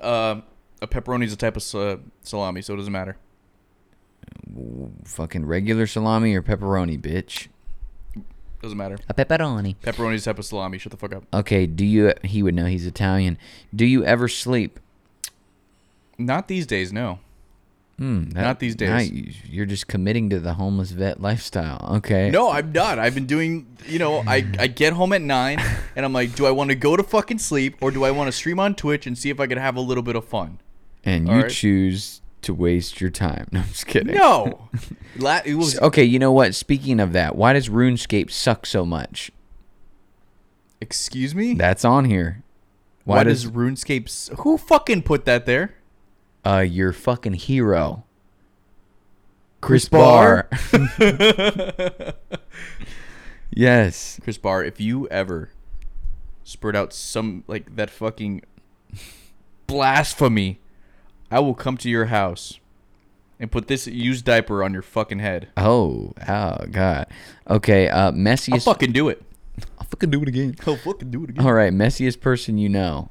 [SPEAKER 2] Um, a pepperoni is a type of sa- salami, so it doesn't matter.
[SPEAKER 1] Fucking regular salami or pepperoni, bitch?
[SPEAKER 2] Doesn't matter.
[SPEAKER 1] A pepperoni.
[SPEAKER 2] Pepperoni is a type of salami. Shut the fuck up.
[SPEAKER 1] Okay, do you. He would know he's Italian. Do you ever sleep?
[SPEAKER 2] Not these days, no.
[SPEAKER 1] Hmm, that-
[SPEAKER 2] Not these days.
[SPEAKER 1] now you- you're just committing to the homeless vet lifestyle. Okay.
[SPEAKER 2] No, I'm not. I've been doing, you know, I, I get home at nine and I'm like, do I want to go to fucking sleep or do I want to stream on Twitch and see if I could have a little bit of fun?
[SPEAKER 1] And
[SPEAKER 2] All
[SPEAKER 1] you
[SPEAKER 2] right.
[SPEAKER 1] choose to waste your time. No, I'm just kidding.
[SPEAKER 2] No. La- it was,
[SPEAKER 1] Okay, you know what? Speaking of that, why does RuneScape suck so much?
[SPEAKER 2] excuse me?
[SPEAKER 1] That's on here. Why,
[SPEAKER 2] Why
[SPEAKER 1] does,
[SPEAKER 2] does RuneScape. s- Who fucking put that there?
[SPEAKER 1] uh your fucking hero Chris
[SPEAKER 2] Barr?
[SPEAKER 1] yes.
[SPEAKER 2] Chris Barr, if you ever spurt out some like that fucking blasphemy, I will come to your house and put this used diaper on your fucking head.
[SPEAKER 1] Oh, oh god. Okay, uh
[SPEAKER 2] I'll
[SPEAKER 1] messiest
[SPEAKER 2] fucking do it.
[SPEAKER 1] I'll fucking do it again.
[SPEAKER 2] I'll fucking do it again.
[SPEAKER 1] All right, messiest person you know.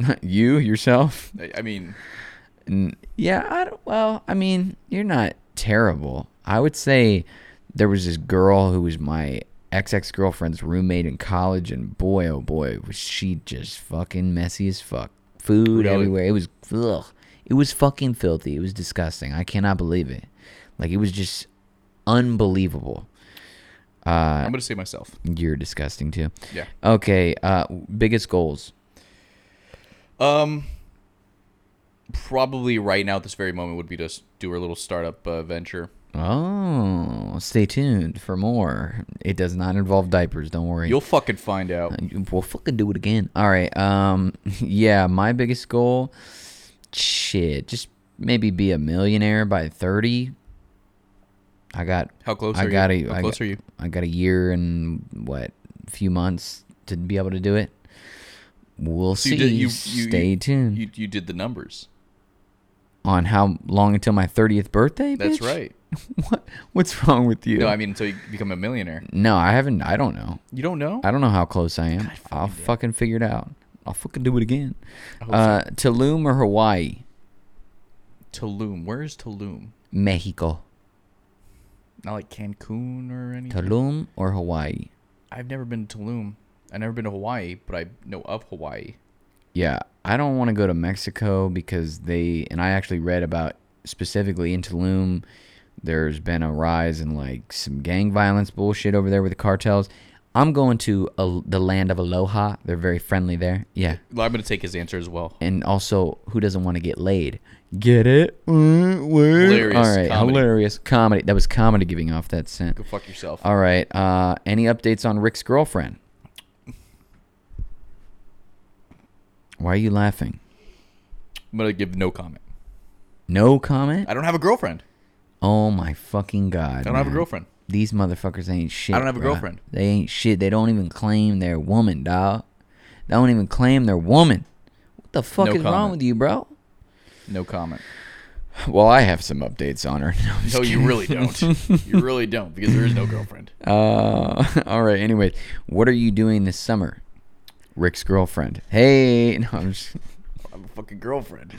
[SPEAKER 1] you yourself?
[SPEAKER 2] I, I mean,
[SPEAKER 1] N- Yeah, I don't, well, I mean, you're not terrible. I would say there was this girl who was my ex ex girlfriend's roommate in college, and boy, oh boy, was she just fucking messy as fuck. Food
[SPEAKER 2] Really?
[SPEAKER 1] everywhere. It was ugh. It was fucking filthy. It was disgusting. I cannot believe it. Like it was just unbelievable.
[SPEAKER 2] I'm gonna say myself.
[SPEAKER 1] You're disgusting too.
[SPEAKER 2] Yeah.
[SPEAKER 1] Okay. Uh, biggest goals.
[SPEAKER 2] Um, probably right now at this very moment would be to s- do our little startup uh, venture.
[SPEAKER 1] Oh, stay tuned for more. It does not involve diapers. Don't worry.
[SPEAKER 2] You'll fucking find out.
[SPEAKER 1] We'll fucking do it again. All right. Um. Yeah. My biggest goal. Shit. Just maybe be a millionaire by thirty. I got.
[SPEAKER 2] How close
[SPEAKER 1] I
[SPEAKER 2] are
[SPEAKER 1] got
[SPEAKER 2] you?
[SPEAKER 1] a-
[SPEAKER 2] How
[SPEAKER 1] I
[SPEAKER 2] close
[SPEAKER 1] got-
[SPEAKER 2] are you?
[SPEAKER 1] I got a year and what? Few months to be able to do it. We'll
[SPEAKER 2] So
[SPEAKER 1] see.
[SPEAKER 2] you did- you- you-
[SPEAKER 1] stay tuned
[SPEAKER 2] You you did the numbers.
[SPEAKER 1] on how long until my thirtieth birthday.
[SPEAKER 2] That's
[SPEAKER 1] bitch?
[SPEAKER 2] right.
[SPEAKER 1] What? What's wrong with you?
[SPEAKER 2] No, I mean until you become a millionaire.
[SPEAKER 1] No, I haven't. I don't know.
[SPEAKER 2] You don't know.
[SPEAKER 1] I don't know how close I am. I'll fucking figure it out. I'll fucking do it again. Uh, Tulum or Hawaii?
[SPEAKER 2] Tulum. Where is Tulum?
[SPEAKER 1] Mexico.
[SPEAKER 2] Not like Cancun or anything.
[SPEAKER 1] Tulum or Hawaii?
[SPEAKER 2] I've never been to Tulum. I've never been to Hawaii, but I know of Hawaii.
[SPEAKER 1] Yeah, I don't want to go to Mexico because they and I actually read about specifically in Tulum. There's been a rise in like some gang violence bullshit over there with the cartels. I'm going to Al the land of Aloha. They're very friendly there. Yeah.
[SPEAKER 2] Well, I'm gonna take his answer as well.
[SPEAKER 1] and also who doesn't want to get laid? Get it? Mm, word.
[SPEAKER 2] Hilarious
[SPEAKER 1] All right,
[SPEAKER 2] comedy.
[SPEAKER 1] hilarious comedy. That was comedy giving off that scent.
[SPEAKER 2] Go fuck yourself.
[SPEAKER 1] All right. Uh, any updates on Rick's girlfriend? Why are you laughing?
[SPEAKER 2] I'm gonna give no comment.
[SPEAKER 1] No comment.
[SPEAKER 2] I don't have a girlfriend.
[SPEAKER 1] Oh my fucking god!
[SPEAKER 2] I don't have a
[SPEAKER 1] man.
[SPEAKER 2] girlfriend.
[SPEAKER 1] These motherfuckers ain't shit.
[SPEAKER 2] I don't have a
[SPEAKER 1] bruh.
[SPEAKER 2] girlfriend.
[SPEAKER 1] They ain't shit. They don't even claim they're woman, dog. They don't even claim they're woman. What the fuck
[SPEAKER 2] No
[SPEAKER 1] is wrong
[SPEAKER 2] comment.
[SPEAKER 1] with you, bro?
[SPEAKER 2] No comment.
[SPEAKER 1] Well, I have some updates on her. No, I'm just
[SPEAKER 2] No, you really don't. you really don't because there is no girlfriend.
[SPEAKER 1] Uh, all right. Anyway, what are you doing this summer? Rick's girlfriend. Hey, no, I'm just,
[SPEAKER 2] I have a fucking girlfriend.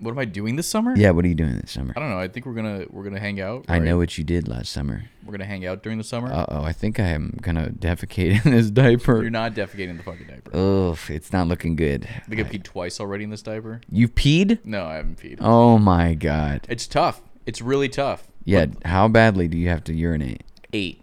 [SPEAKER 2] What am I doing this summer?
[SPEAKER 1] yeah. What are you doing this summer?
[SPEAKER 2] I don't know. I think we're gonna we're gonna hang out.
[SPEAKER 1] I
[SPEAKER 2] right?
[SPEAKER 1] know what you did last summer.
[SPEAKER 2] We're gonna hang out during the summer.
[SPEAKER 1] Uh oh, I think I am gonna defecate in this diaper.
[SPEAKER 2] You're not defecating the fucking diaper.
[SPEAKER 1] Ugh, it's not looking good.
[SPEAKER 2] I think I peed twice already in this diaper.
[SPEAKER 1] You peed?
[SPEAKER 2] No, I haven't peed.
[SPEAKER 1] Oh my god.
[SPEAKER 2] It's tough. It's really tough.
[SPEAKER 1] Yeah. How badly do you have to urinate?
[SPEAKER 2] Eight.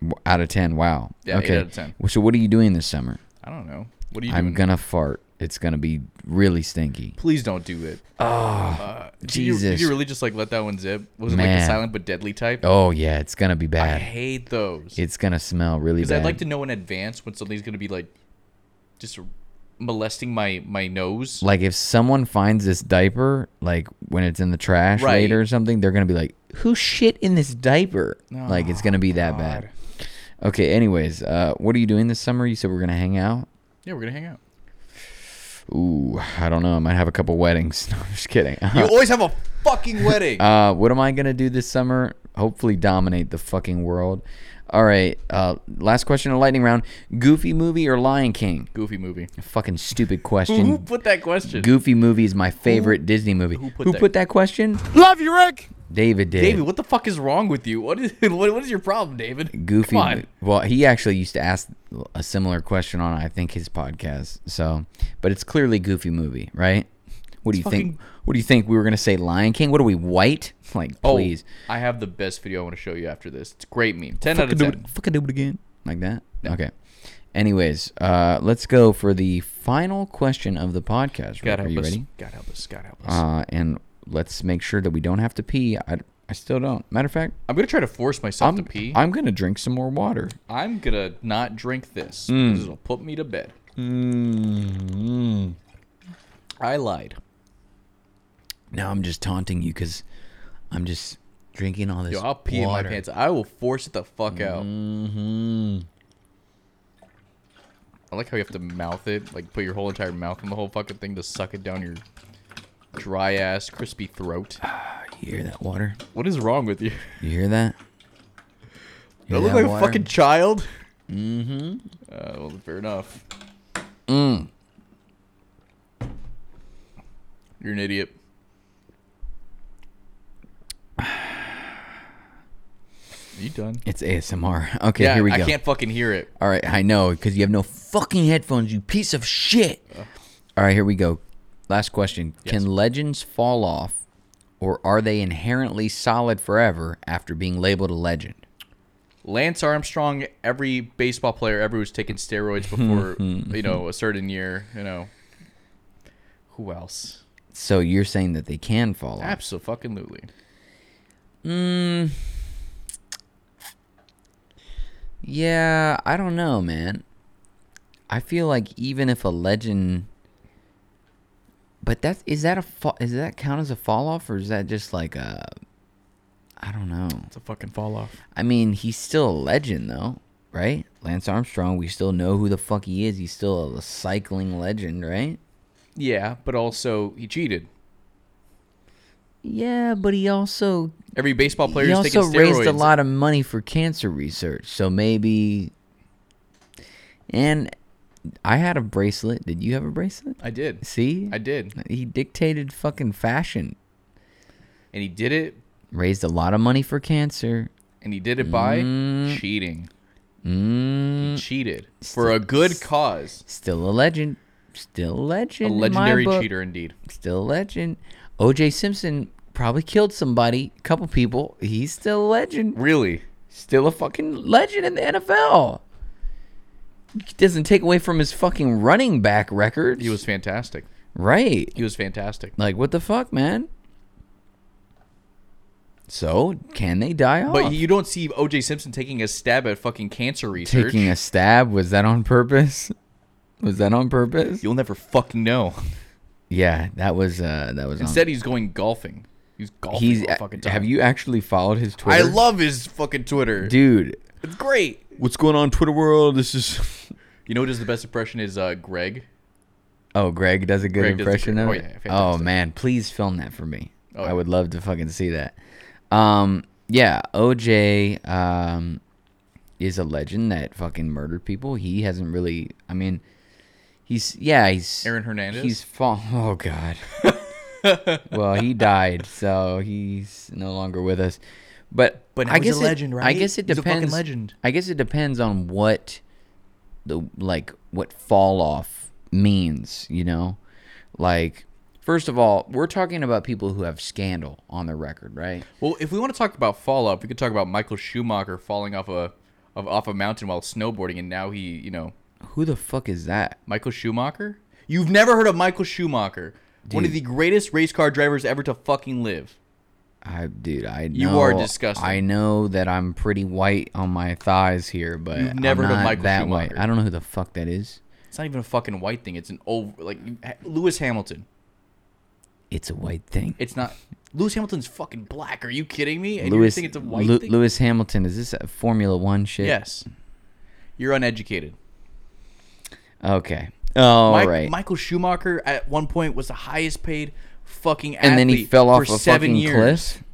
[SPEAKER 1] W- Out of ten. Wow.
[SPEAKER 2] Yeah, eight out of 10.
[SPEAKER 1] Well, So what are you doing this summer?
[SPEAKER 2] I don't know. What are you
[SPEAKER 1] I'm
[SPEAKER 2] doing?
[SPEAKER 1] gonna fart. It's gonna be really stinky.
[SPEAKER 2] Please don't do it. Oh, uh, did you-
[SPEAKER 1] Ah, Jesus.
[SPEAKER 2] Did you really just like let that one zip? Was it like
[SPEAKER 1] Man.
[SPEAKER 2] the silent but deadly type?
[SPEAKER 1] Oh yeah, it's gonna be
[SPEAKER 2] I
[SPEAKER 1] bad.
[SPEAKER 2] hate those.
[SPEAKER 1] It's gonna smell really
[SPEAKER 2] Because
[SPEAKER 1] bad.
[SPEAKER 2] I'd like to know in advance when something's gonna be like, just molesting my my nose.
[SPEAKER 1] like if someone finds this diaper like when it's in the trash
[SPEAKER 2] Right. Oh,
[SPEAKER 1] later or something they're gonna be like who shit in this diaper like it's gonna be that bad Okay. Anyways, uh, what are you doing this summer? You said we're gonna hang out.
[SPEAKER 2] Yeah, we're gonna hang out.
[SPEAKER 1] Ooh, I don't know. I might have a couple weddings. No, I'm just kidding.
[SPEAKER 2] You always have a fucking wedding.
[SPEAKER 1] Uh, what am I gonna do this summer? Hopefully, dominate the fucking world. All right. Uh, last question of lightning round: Goofy movie or Lion King?
[SPEAKER 2] Goofy movie.
[SPEAKER 1] Fucking stupid
[SPEAKER 2] Who
[SPEAKER 1] question.
[SPEAKER 2] put that question?
[SPEAKER 1] Goofy movie is my favorite Disney movie. Who
[SPEAKER 2] put
[SPEAKER 1] put,
[SPEAKER 2] that-
[SPEAKER 1] that question?
[SPEAKER 3] Love you, Rick.
[SPEAKER 1] David did.
[SPEAKER 2] David, what the fuck is wrong with you? What is what, what is your problem, David?
[SPEAKER 1] Goofy.
[SPEAKER 2] Come on.
[SPEAKER 1] Well, he actually used to ask a similar question on I think his podcast. So, but it's clearly Goofy movie, right? What do you think?
[SPEAKER 2] fucking-
[SPEAKER 1] What do you think we were gonna say? Lion King? What are we white? Like, please.
[SPEAKER 2] Oh, I have the best video I want to show you after this. It's a great meme. Ten out
[SPEAKER 1] fucking
[SPEAKER 2] of
[SPEAKER 1] do it,
[SPEAKER 2] ten.
[SPEAKER 1] fucking do it again. Like that. Okay. Anyways, uh, let's go for the final question of the podcast.
[SPEAKER 2] God
[SPEAKER 1] are
[SPEAKER 2] help
[SPEAKER 1] you
[SPEAKER 2] us.
[SPEAKER 1] ready?
[SPEAKER 2] God help us. God help us.
[SPEAKER 1] Uh, and let's make sure that we don't have to pee. I, I still don't. Matter of fact,
[SPEAKER 2] I'm gonna try to force myself
[SPEAKER 1] I'm
[SPEAKER 2] to pee. I'm,
[SPEAKER 1] I'm gonna drink some more water.
[SPEAKER 2] gonna not drink this.
[SPEAKER 1] Mm.
[SPEAKER 2] This will put me to bed.
[SPEAKER 1] Mm-hmm.
[SPEAKER 2] I lied.
[SPEAKER 1] Now I'm just taunting you because I'm just drinking all this
[SPEAKER 2] Yo, I'll pee
[SPEAKER 1] water. Mm-hmm.
[SPEAKER 2] in my pants. I will force it the fuck out. I like how you have to mouth it, like put your whole entire mouth in the whole fucking thing to suck it down your dry ass, crispy throat.
[SPEAKER 1] You hear that water?
[SPEAKER 2] What is wrong with you?
[SPEAKER 1] You hear that?
[SPEAKER 2] Do
[SPEAKER 1] You hear
[SPEAKER 2] I look
[SPEAKER 1] that
[SPEAKER 2] like
[SPEAKER 1] water?
[SPEAKER 2] a fucking child? Mm-hmm. Uh, well, fair enough. Mm. You're an idiot. Are you done?
[SPEAKER 1] It's ASMR. Okay, here we
[SPEAKER 2] I
[SPEAKER 1] go.
[SPEAKER 2] can't fucking hear it.
[SPEAKER 1] All right, I know because you have no fucking headphones, you piece of shit. All right, here we go. Last question: Can legends fall off, or are they inherently solid forever after being labeled a legend?
[SPEAKER 2] Lance Armstrong, every baseball player ever was taking steroids before, you know, a certain year, you know. Who else?
[SPEAKER 1] So you're saying that they can fall off?
[SPEAKER 2] Absolutely.
[SPEAKER 1] Yeah, I don't know, man. I feel like even if a legend, but that is that a fa- is that count as a fall off or is that just like a? I don't know.
[SPEAKER 2] It's a fucking fall off.
[SPEAKER 1] I mean, he's still a legend though, right? Lance Armstrong. We still know who the fuck he is. He's still a cycling legend, right?
[SPEAKER 2] Yeah, but also he cheated.
[SPEAKER 1] Yeah, but he also
[SPEAKER 2] Every baseball player
[SPEAKER 1] he
[SPEAKER 2] is taking
[SPEAKER 1] also
[SPEAKER 2] steroids.
[SPEAKER 1] raised a lot of money for cancer research, so maybe. And I had a bracelet. Did you have a bracelet?
[SPEAKER 2] I did.
[SPEAKER 1] See,
[SPEAKER 2] I did.
[SPEAKER 1] he dictated fucking fashion.
[SPEAKER 2] And he did it
[SPEAKER 1] Raised a lot of money for cancer.
[SPEAKER 2] and he did it by
[SPEAKER 1] Mm.
[SPEAKER 2] cheating. He cheated for a good cause.
[SPEAKER 1] Still a legend. Still a
[SPEAKER 2] A
[SPEAKER 1] legend. in my
[SPEAKER 2] legendary
[SPEAKER 1] book.
[SPEAKER 2] cheater indeed.
[SPEAKER 1] Still a legend. O.J. Simpson probably killed somebody, a couple people. He's still a legend.
[SPEAKER 2] Really?
[SPEAKER 1] Still a fucking legend in the NFL. Doesn't take away from his fucking running back record.
[SPEAKER 2] He was fantastic.
[SPEAKER 1] right.
[SPEAKER 2] He was fantastic.
[SPEAKER 1] Like what the fuck, man? So can they die off?
[SPEAKER 2] But you don't see OJ Simpson taking a stab at fucking cancer research.
[SPEAKER 1] taking a stab was that on purpose? Was that on purpose?
[SPEAKER 2] You'll never fucking know.
[SPEAKER 1] Yeah, that was uh that was on-
[SPEAKER 2] Instead, he's going golfing. He's golfing
[SPEAKER 1] he's uh,
[SPEAKER 2] all the fucking time.
[SPEAKER 1] have you actually followed his Twitter?
[SPEAKER 2] I love his fucking Twitter.
[SPEAKER 1] dude.
[SPEAKER 2] It's great.
[SPEAKER 1] What's going on Twitter world? This is
[SPEAKER 2] You know what is the best impression is uh, Greg.
[SPEAKER 1] Oh, Greg does a good
[SPEAKER 2] Greg does a
[SPEAKER 1] impression
[SPEAKER 2] good-
[SPEAKER 1] of
[SPEAKER 2] oh,
[SPEAKER 1] it.
[SPEAKER 2] yeah,
[SPEAKER 1] oh
[SPEAKER 2] fantastic.
[SPEAKER 1] man, please film that for me.
[SPEAKER 2] Oh,
[SPEAKER 1] I
[SPEAKER 2] yeah.
[SPEAKER 1] would love to fucking see that. Um yeah, OJ um is a legend that fucking murdered people. He hasn't really I mean he's yeah, he's
[SPEAKER 2] Aaron Hernandez?
[SPEAKER 1] He's fall oh god. well, he died, so he's no longer with us. But
[SPEAKER 2] But
[SPEAKER 1] I
[SPEAKER 2] he was a
[SPEAKER 1] guess it-
[SPEAKER 2] legend,
[SPEAKER 1] I
[SPEAKER 2] right?
[SPEAKER 1] guess it
[SPEAKER 2] He's a fucking
[SPEAKER 1] depends.
[SPEAKER 2] legend.
[SPEAKER 1] I guess it depends on what the like what fall off means, you know? Like first of all, we're talking about people who have scandal on their record, right?
[SPEAKER 2] Well, if we want to talk about fall off, we could talk about Michael Schumacher falling off a of, off a mountain while snowboarding, and now he, you know,
[SPEAKER 1] Who the fuck is that?
[SPEAKER 2] Michael Schumacher. You've never heard of Michael Schumacher, one of the
[SPEAKER 1] Dude.
[SPEAKER 2] greatest race car drivers ever to fucking live.
[SPEAKER 1] I dude, I know
[SPEAKER 2] You are disgusting.
[SPEAKER 1] I know that I'm pretty white on my thighs here, but
[SPEAKER 2] You've never
[SPEAKER 1] I'm
[SPEAKER 2] heard of
[SPEAKER 1] not
[SPEAKER 2] Michael
[SPEAKER 1] that white.
[SPEAKER 2] Schumacher.
[SPEAKER 1] I don't know who the fuck that is.
[SPEAKER 2] It's not even a fucking white thing. It's an old like Lewis Hamilton.
[SPEAKER 1] It's a white thing.
[SPEAKER 2] It's not. Lewis Hamilton's fucking black. Are you kidding me? And you
[SPEAKER 1] Lewis,
[SPEAKER 2] think it's a white
[SPEAKER 1] Lew-
[SPEAKER 2] thing?
[SPEAKER 1] Lewis Hamilton, is this a Formula One shit?
[SPEAKER 2] Yes. You're uneducated.
[SPEAKER 1] Okay. All right.
[SPEAKER 2] Mike- Michael Schumacher at one point was the highest paid fucking athlete
[SPEAKER 1] and then he fell off
[SPEAKER 2] for
[SPEAKER 1] a
[SPEAKER 2] seven
[SPEAKER 1] fucking
[SPEAKER 2] years.
[SPEAKER 1] cliff.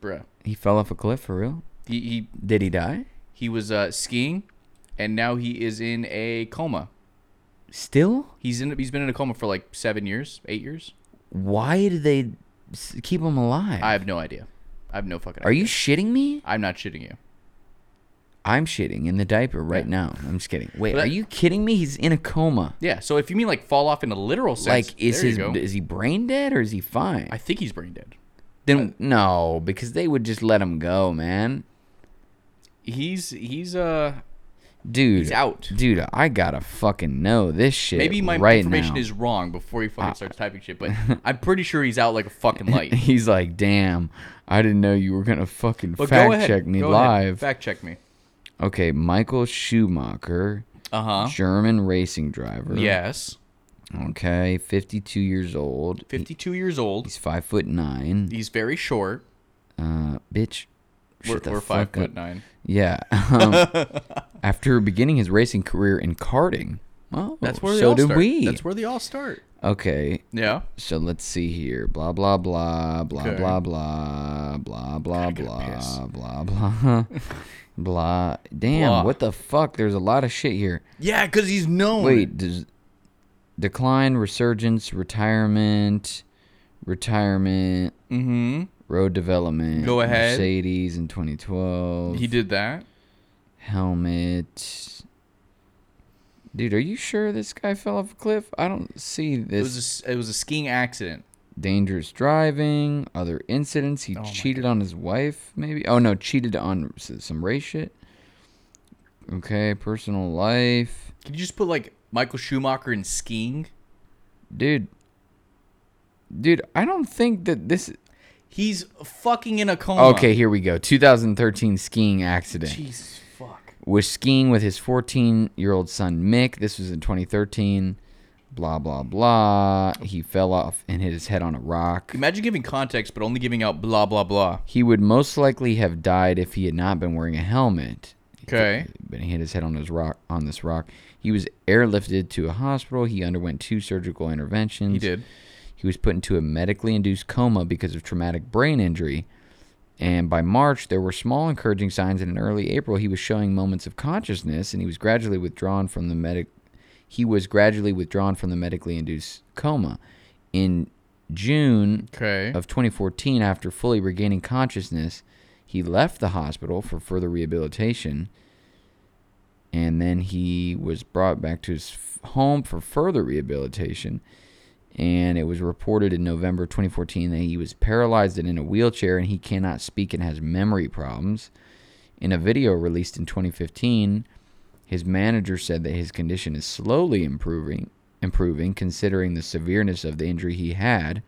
[SPEAKER 2] Bruh.
[SPEAKER 1] He fell off a cliff for real.
[SPEAKER 2] He, he
[SPEAKER 1] Did he die?
[SPEAKER 2] he was uh, skiing, and now he is in a coma.
[SPEAKER 1] Still?
[SPEAKER 2] He's in he's been in a coma for like seven years, eight years.
[SPEAKER 1] Why do they s- keep him alive?
[SPEAKER 2] I have no idea. I have no fucking.
[SPEAKER 1] Are
[SPEAKER 2] idea.
[SPEAKER 1] you shitting me?
[SPEAKER 2] I'm not shitting you.
[SPEAKER 1] I'm shitting in the diaper right now. I'm just kidding. Wait,
[SPEAKER 2] But-
[SPEAKER 1] are you kidding me? He's in a coma.
[SPEAKER 2] Yeah. So if you mean like fall off in a literal sense,
[SPEAKER 1] like, is
[SPEAKER 2] there you
[SPEAKER 1] his
[SPEAKER 2] go.
[SPEAKER 1] is he brain dead or is he fine?
[SPEAKER 2] I think he's brain dead.
[SPEAKER 1] then no, because they would just let him go, man.
[SPEAKER 2] He's he's uh
[SPEAKER 1] Dude,
[SPEAKER 2] he's out.
[SPEAKER 1] Dude, I gotta fucking know this shit.
[SPEAKER 2] Maybe my
[SPEAKER 1] right
[SPEAKER 2] information
[SPEAKER 1] now. Ah.
[SPEAKER 2] is wrong before he fucking starts typing shit, but I'm pretty sure he's out like a fucking light.
[SPEAKER 1] He's like, damn, I didn't know you were gonna fucking
[SPEAKER 2] But go
[SPEAKER 1] fact
[SPEAKER 2] ahead.
[SPEAKER 1] check me
[SPEAKER 2] go ahead.
[SPEAKER 1] live.
[SPEAKER 2] Fact check me.
[SPEAKER 1] okay, Michael Schumacher,
[SPEAKER 2] Uh huh.
[SPEAKER 1] German racing driver.
[SPEAKER 2] Yes.
[SPEAKER 1] Okay, fifty-two years old.
[SPEAKER 2] 52 years old.
[SPEAKER 1] He's five foot nine.
[SPEAKER 2] He's very short.
[SPEAKER 1] Uh, bitch.
[SPEAKER 2] We're,
[SPEAKER 1] shut the
[SPEAKER 2] we're five
[SPEAKER 1] fuck up.
[SPEAKER 2] foot nine.
[SPEAKER 1] Yeah. Um, after beginning his racing career in karting. Oh,
[SPEAKER 2] That's where they
[SPEAKER 1] so
[SPEAKER 2] all
[SPEAKER 1] did
[SPEAKER 2] start.
[SPEAKER 1] we.
[SPEAKER 2] That's where they all start.
[SPEAKER 1] okay,
[SPEAKER 2] Yeah.
[SPEAKER 1] so let's see here. Blah blah blah blah
[SPEAKER 2] Okay.
[SPEAKER 1] blah blah blah blah
[SPEAKER 2] gotta piss.
[SPEAKER 1] blah blah blah blah. Damn,
[SPEAKER 2] Blah.
[SPEAKER 1] what the fuck? There's a lot of shit here.
[SPEAKER 2] Yeah, because he's known.
[SPEAKER 1] Wait, does decline, resurgence, retirement, retirement,
[SPEAKER 2] Mm-hmm.
[SPEAKER 1] road development,
[SPEAKER 2] Go ahead.
[SPEAKER 1] Mercedes in 2012,
[SPEAKER 2] He did that.
[SPEAKER 1] helmet. Dude, are you sure this guy fell off a cliff? I don't see
[SPEAKER 2] It
[SPEAKER 1] this.
[SPEAKER 2] was a, s- it was a skiing accident.
[SPEAKER 1] dangerous driving, other incidents. He
[SPEAKER 2] Oh my
[SPEAKER 1] cheated on his wife, maybe. Oh no, cheated on s- some race shit. Okay, personal life,
[SPEAKER 2] Can you just put like Michael Schumacher in skiing?
[SPEAKER 1] dude. Dude, I don't think that this.
[SPEAKER 2] He's fucking in a coma.
[SPEAKER 1] Okay, here we go. 2013 skiing accident.
[SPEAKER 2] Jesus fuck.
[SPEAKER 1] was skiing with his 14 year old son Mick. This was in 2013. Blah, blah, blah. He fell off and hit his head on a rock.
[SPEAKER 2] Imagine giving context, but only giving out blah blah blah.
[SPEAKER 1] He would most likely have died if he had not been wearing a helmet.
[SPEAKER 2] Okay.
[SPEAKER 1] But he hit his head on his rock on this rock. He was airlifted to a hospital. He underwent two surgical interventions.
[SPEAKER 2] He did.
[SPEAKER 1] He was put into a medically induced coma because of traumatic brain injury. And by March, there were small encouraging signs. And in early April, he was showing moments of consciousness, and he was gradually withdrawn from the medic. He was gradually withdrawn from the medically induced coma. In June
[SPEAKER 2] Okay.
[SPEAKER 1] of 2014, after fully regaining consciousness, he left the hospital for further rehabilitation. And then he was brought back to his f- home for further rehabilitation. And it was reported in November 2014 that he was paralyzed and in a wheelchair, and he cannot speak and has memory problems. In a video released in 2015, his manager said that his condition is slowly improving, improving considering the severeness of the injury he had.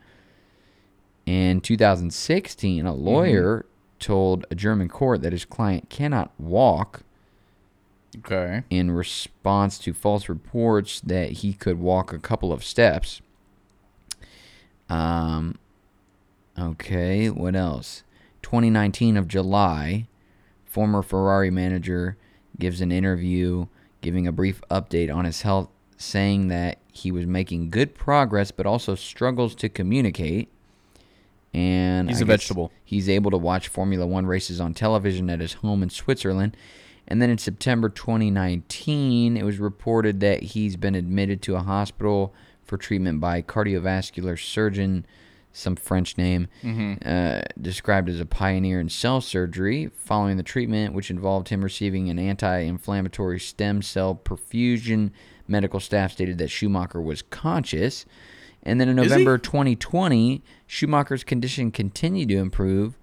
[SPEAKER 1] In 2016, a lawyer told a German court that his client cannot walk
[SPEAKER 2] Okay.
[SPEAKER 1] in response to false reports that he could walk a couple of steps. Um, okay, what else? 2019 of July, former Ferrari manager gives an interview giving a brief update on his health, saying that he was making good progress but also struggles to communicate. And
[SPEAKER 2] He's
[SPEAKER 1] a
[SPEAKER 2] a vegetable.
[SPEAKER 1] He's able to watch Formula One races on television at his home in Switzerland. And then in September 2019, it was reported that he's been admitted to a hospital for treatment by cardiovascular surgeon, some French name,
[SPEAKER 2] Mm-hmm.
[SPEAKER 1] uh, described as a pioneer in cell surgery. Following the treatment, which involved him receiving an anti inflammatory stem cell perfusion, medical staff stated that Schumacher was conscious. And then in
[SPEAKER 2] Is he?
[SPEAKER 1] November 2020, Schumacher's condition continued to improve,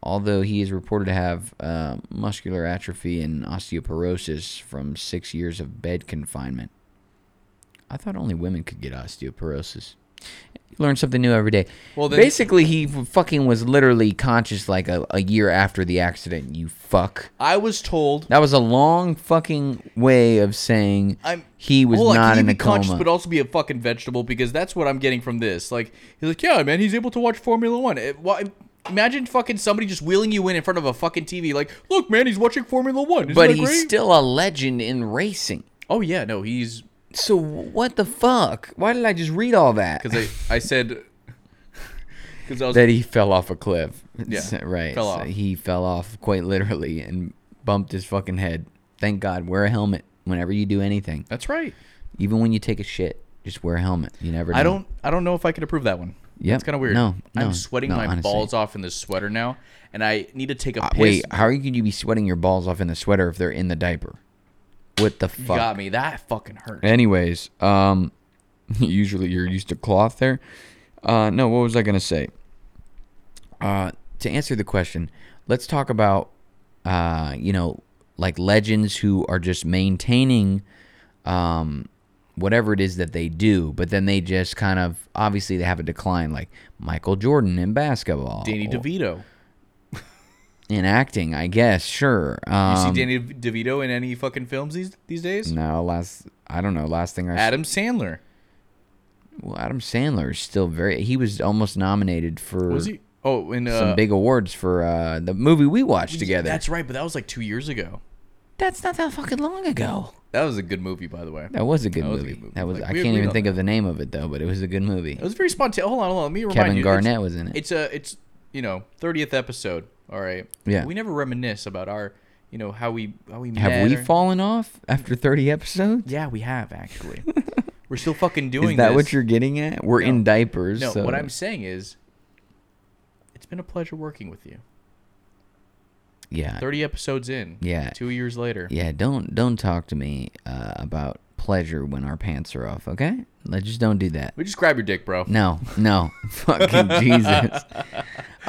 [SPEAKER 1] although he is reported to have uh, muscular atrophy and osteoporosis from six years of bed confinement. I thought only women could get osteoporosis. You learn something new every day.
[SPEAKER 2] Well,
[SPEAKER 1] Well,
[SPEAKER 2] then-
[SPEAKER 1] basically, he f- fucking was literally conscious like a, a year after the accident. You fuck.
[SPEAKER 2] I was told
[SPEAKER 1] That was a long fucking way of saying
[SPEAKER 2] I'm-
[SPEAKER 1] he was
[SPEAKER 2] Hold on,
[SPEAKER 1] not
[SPEAKER 2] can Oh, he
[SPEAKER 1] in a
[SPEAKER 2] be conscious,
[SPEAKER 1] coma.
[SPEAKER 2] but also be a fucking vegetable because that's what I'm getting from this. Like he's like, yeah, man, he's able to watch Formula One. It, why, Imagine fucking somebody just wheeling you in in front of a fucking TV, like, look, man, he's watching Formula One. Isn't
[SPEAKER 1] but
[SPEAKER 2] that
[SPEAKER 1] he's
[SPEAKER 2] great?"
[SPEAKER 1] still a legend in racing.
[SPEAKER 2] Oh yeah, no, he's
[SPEAKER 1] So what the fuck? Why did I just read all that?
[SPEAKER 2] because I I said because I was
[SPEAKER 1] that he fell off a cliff.
[SPEAKER 2] Yeah,
[SPEAKER 1] right.
[SPEAKER 2] fell
[SPEAKER 1] so
[SPEAKER 2] off.
[SPEAKER 1] He fell off quite literally and bumped his fucking head. Thank God, wear a helmet whenever you do anything.
[SPEAKER 2] that's right.
[SPEAKER 1] Even when you take a shit, just wear a helmet. You never.
[SPEAKER 2] I
[SPEAKER 1] know.
[SPEAKER 2] don't I don't know if I could approve that one.
[SPEAKER 1] Yep.
[SPEAKER 2] it's kind of weird.
[SPEAKER 1] No, no,
[SPEAKER 2] I'm sweating
[SPEAKER 1] no,
[SPEAKER 2] my
[SPEAKER 1] honestly. Uh,
[SPEAKER 2] balls off in this sweater now, and I need to take a piss.
[SPEAKER 1] Wait, how are you could you be sweating your balls off in the sweater if they're in the diaper? What the
[SPEAKER 2] You
[SPEAKER 1] fuck?
[SPEAKER 2] got me. That fucking hurt.
[SPEAKER 1] Anyways, um, usually you're used to cloth there. Uh, no, what was I gonna say? Uh, to answer the question, let's talk about, uh, you know, like legends who are just maintaining, um, whatever it is that they do, but then they just kind of obviously they have a decline, like Michael Jordan in basketball,
[SPEAKER 2] Danny
[SPEAKER 1] or-
[SPEAKER 2] DeVito. You
[SPEAKER 1] in acting, I guess. Sure. Um,
[SPEAKER 2] see Danny DeVito in any fucking films these these days?
[SPEAKER 1] No, last I don't know. Last thing I s-
[SPEAKER 2] Adam Sandler.
[SPEAKER 1] Well, Adam Sandler is still very. He was almost nominated for
[SPEAKER 2] Was he? Oh, in uh,
[SPEAKER 1] some big awards for uh, the movie we watched together.
[SPEAKER 2] That's right, but that was like two years ago.
[SPEAKER 1] That's not that fucking long ago.
[SPEAKER 2] That was a good movie, by the way.
[SPEAKER 1] That was a good,
[SPEAKER 2] That was a
[SPEAKER 1] movie.
[SPEAKER 2] good movie.
[SPEAKER 1] That was.
[SPEAKER 2] Like,
[SPEAKER 1] I
[SPEAKER 2] we
[SPEAKER 1] can't
[SPEAKER 2] agreed
[SPEAKER 1] even
[SPEAKER 2] on
[SPEAKER 1] think
[SPEAKER 2] that.
[SPEAKER 1] of the name of it though, but it was a good movie.
[SPEAKER 2] It was very spontaneous. Hold on, hold on. Let me remind
[SPEAKER 1] Kevin
[SPEAKER 2] you. it's-
[SPEAKER 1] Garnett was in it.
[SPEAKER 2] It's a it's you know thirtieth episode. All right.
[SPEAKER 1] Yeah.
[SPEAKER 2] We never reminisce about our you know how we how we met
[SPEAKER 1] Have we
[SPEAKER 2] or-
[SPEAKER 1] fallen off after 30 episodes?
[SPEAKER 2] Yeah, we have actually. We're still fucking doing.
[SPEAKER 1] Is that
[SPEAKER 2] this.
[SPEAKER 1] what you're getting at? We're in
[SPEAKER 2] No.
[SPEAKER 1] diapers.
[SPEAKER 2] No,
[SPEAKER 1] so-
[SPEAKER 2] what I'm saying is, it's been a pleasure working with you.
[SPEAKER 1] Yeah.
[SPEAKER 2] Thirty episodes in.
[SPEAKER 1] Yeah.
[SPEAKER 2] Two years later.
[SPEAKER 1] Yeah, don't don't talk to me uh, about pleasure when our pants are off. Okay, let just don't do that.
[SPEAKER 2] We just grab your dick, bro.
[SPEAKER 1] No, no, fucking Jesus.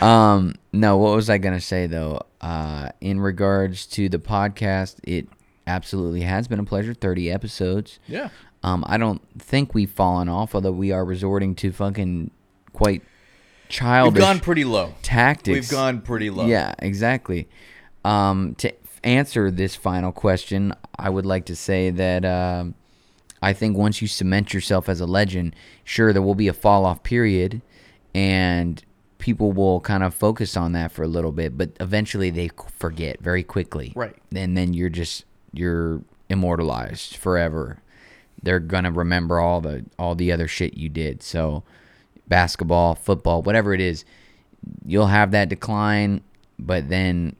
[SPEAKER 1] Um, no, what was I gonna say though? Uh, in regards to the podcast, it absolutely has been a pleasure. Thirty episodes.
[SPEAKER 2] Yeah.
[SPEAKER 1] Um, I don't think we've fallen off, although we are resorting to fucking quite
[SPEAKER 2] We've
[SPEAKER 1] childish
[SPEAKER 2] gone pretty low.
[SPEAKER 1] tactics.
[SPEAKER 2] We've gone pretty low.
[SPEAKER 1] Yeah, exactly. Um, to f- answer this final question, I would like to say that um I think once you cement yourself as a legend, sure, there will be a fall off period and people will kind of focus on that for a little bit, but eventually they c- forget very quickly.
[SPEAKER 2] Right.
[SPEAKER 1] And then you're just, you're immortalized forever. They're going to remember all the, all the other shit you did. So basketball, football, whatever it is, you'll have that decline, but then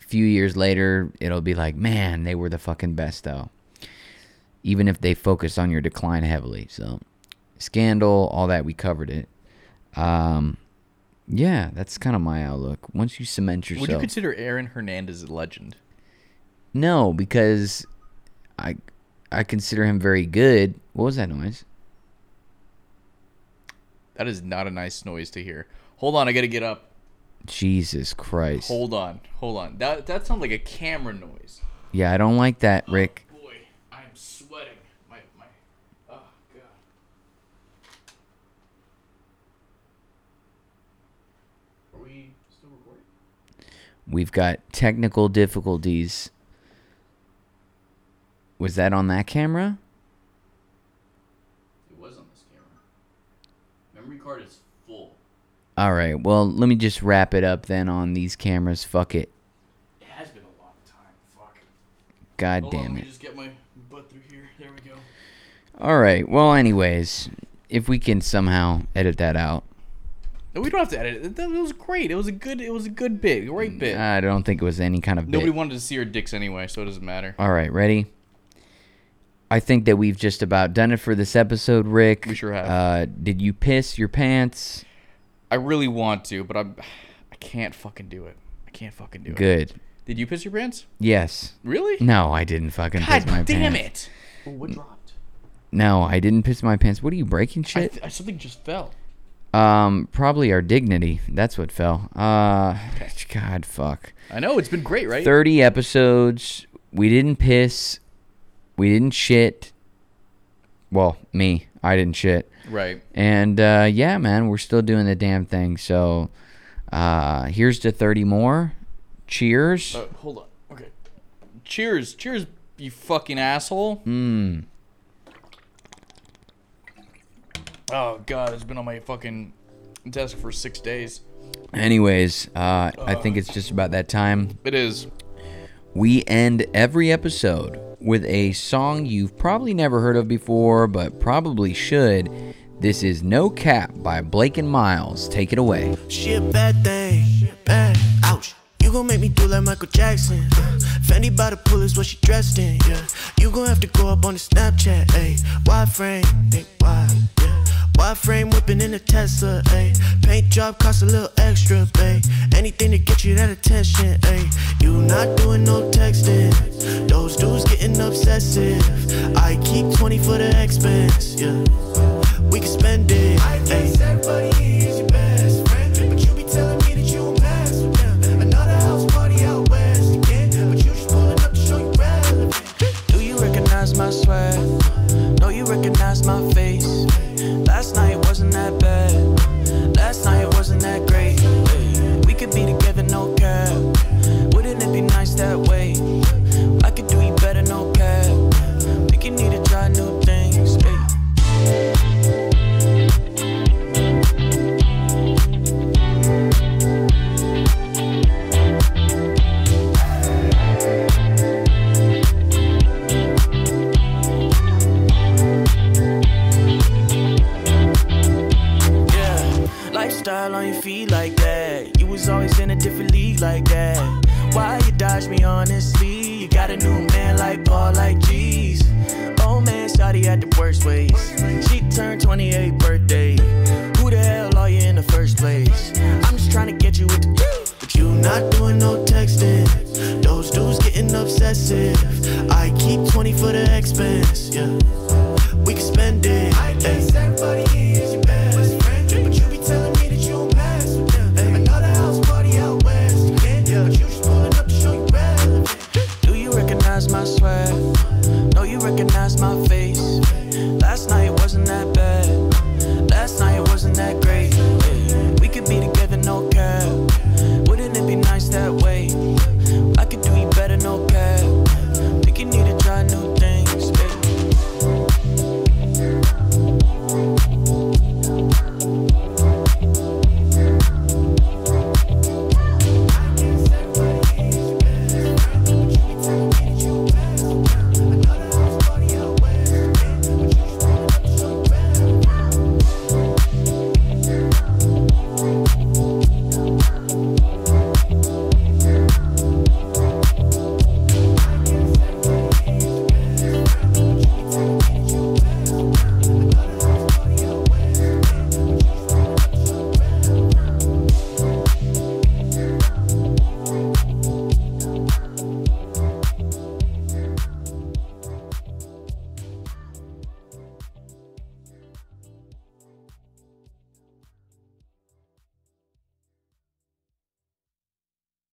[SPEAKER 1] a few years later, it'll be like, man, they were the fucking best though. Even if they focus on your decline heavily. So, scandal, all that, we covered it. Um, yeah, that's kind of my outlook. Once you cement yourself,
[SPEAKER 2] Would you consider Aaron Hernandez a legend?
[SPEAKER 1] no, because I I consider him very good. What was that noise?
[SPEAKER 2] That is not a nice noise to hear. Hold on, I gotta get up.
[SPEAKER 1] Jesus Christ!
[SPEAKER 2] Hold on, hold on. That that sounds like a camera noise.
[SPEAKER 1] Yeah, I don't like that, Rick.
[SPEAKER 2] Boy, I'm sweating. My my. Oh god. Are we still recording?
[SPEAKER 1] We've got technical difficulties. Was that on that camera?
[SPEAKER 2] It was on this camera. Memory card is full.
[SPEAKER 1] All right. Well, let me just wrap it up then on these cameras. Fuck it.
[SPEAKER 2] It has been a long time. Fuck.
[SPEAKER 1] God
[SPEAKER 2] Hold on,
[SPEAKER 1] damn
[SPEAKER 2] let
[SPEAKER 1] it.
[SPEAKER 2] me just get my butt through here. There we go.
[SPEAKER 1] All right. Well, anyways, if we can somehow edit that out.
[SPEAKER 2] No, we don't have to edit it. That was great. It was a good. It was a good bit. Great bit.
[SPEAKER 1] I don't think it was any kind of bit.
[SPEAKER 2] Nobody wanted to see our dicks anyway, so it doesn't matter.
[SPEAKER 1] All right, ready? I think that we've just about done it for this episode, Rick.
[SPEAKER 2] We sure have.
[SPEAKER 1] Uh, did you piss your pants?
[SPEAKER 2] I really want to, but I'm. I can't fucking do it. I can't fucking do it.
[SPEAKER 1] Good.
[SPEAKER 2] Did you piss your pants?
[SPEAKER 1] Yes.
[SPEAKER 2] Really?
[SPEAKER 1] No, I didn't fucking
[SPEAKER 2] God
[SPEAKER 1] piss my
[SPEAKER 2] damn
[SPEAKER 1] pants.
[SPEAKER 2] it! Well, what dropped?
[SPEAKER 1] No, I didn't piss my pants. What are you breaking
[SPEAKER 2] I
[SPEAKER 1] shit?
[SPEAKER 2] th- I- something just fell.
[SPEAKER 1] um, probably our dignity. That's what fell. Uh, God, fuck.
[SPEAKER 2] I know it's been great, right?
[SPEAKER 1] 30 episodes. We didn't piss. We didn't shit. Well, me. I didn't shit.
[SPEAKER 2] Right.
[SPEAKER 1] And uh, yeah, man, we're still doing the damn thing. So uh, here's to 30 more. Cheers.
[SPEAKER 2] Uh, hold on. Okay. Cheers, cheers, you fucking asshole.
[SPEAKER 1] Mm.
[SPEAKER 2] Oh god, it's been on my fucking desk for six days.
[SPEAKER 1] Anyways, uh, I think it's just about that time.
[SPEAKER 2] It is.
[SPEAKER 1] We end every episode with a song you've probably never heard of before, but probably should. This is No Cap by Blake and Miles. Take it away.
[SPEAKER 4] She a bad thing. Bad. Ouch. You gon' make me do like Michael Jackson. Fendi by the pool is what she dressed in. Yeah. You gon' have to go up on the Snapchat. Ayy. Wide frame. Think wide. Yeah. Wide frame whipping in a Tesla. Ayy. Paint job cost a little extra. Ayy. Anything to get you that attention. Ayy. You not doing no texting. Those dudes getting obsessive. I keep 20 for the expense. Yeah. We can spend it. Ayy.
[SPEAKER 5] Everybody here is your best friend, but you be telling me that you a mess with them. Another house party out west again, but you just pulling up to show you relevant.
[SPEAKER 4] Do you recognize my sweat? No, you recognize my face. Last night wasn't that bad. Last night wasn't that great. We could be together, no cap. Wouldn't it be nice that way? I could do you better, no cap. We could need to try new things. ayy. Yeah, lifestyle on your feet like that. You was always in a different league like that. Why you dodge me honestly? You got a new man like Paul, like G's. Old man Shotty had the worst ways. She turned 28 birthday. Who the hell are you in the first place? I'm just trying to get you with the. But you not doing no texting. Those dudes getting obsessive. I keep 20 for the expense. Yeah, we can spend it.
[SPEAKER 5] I guess everybody here is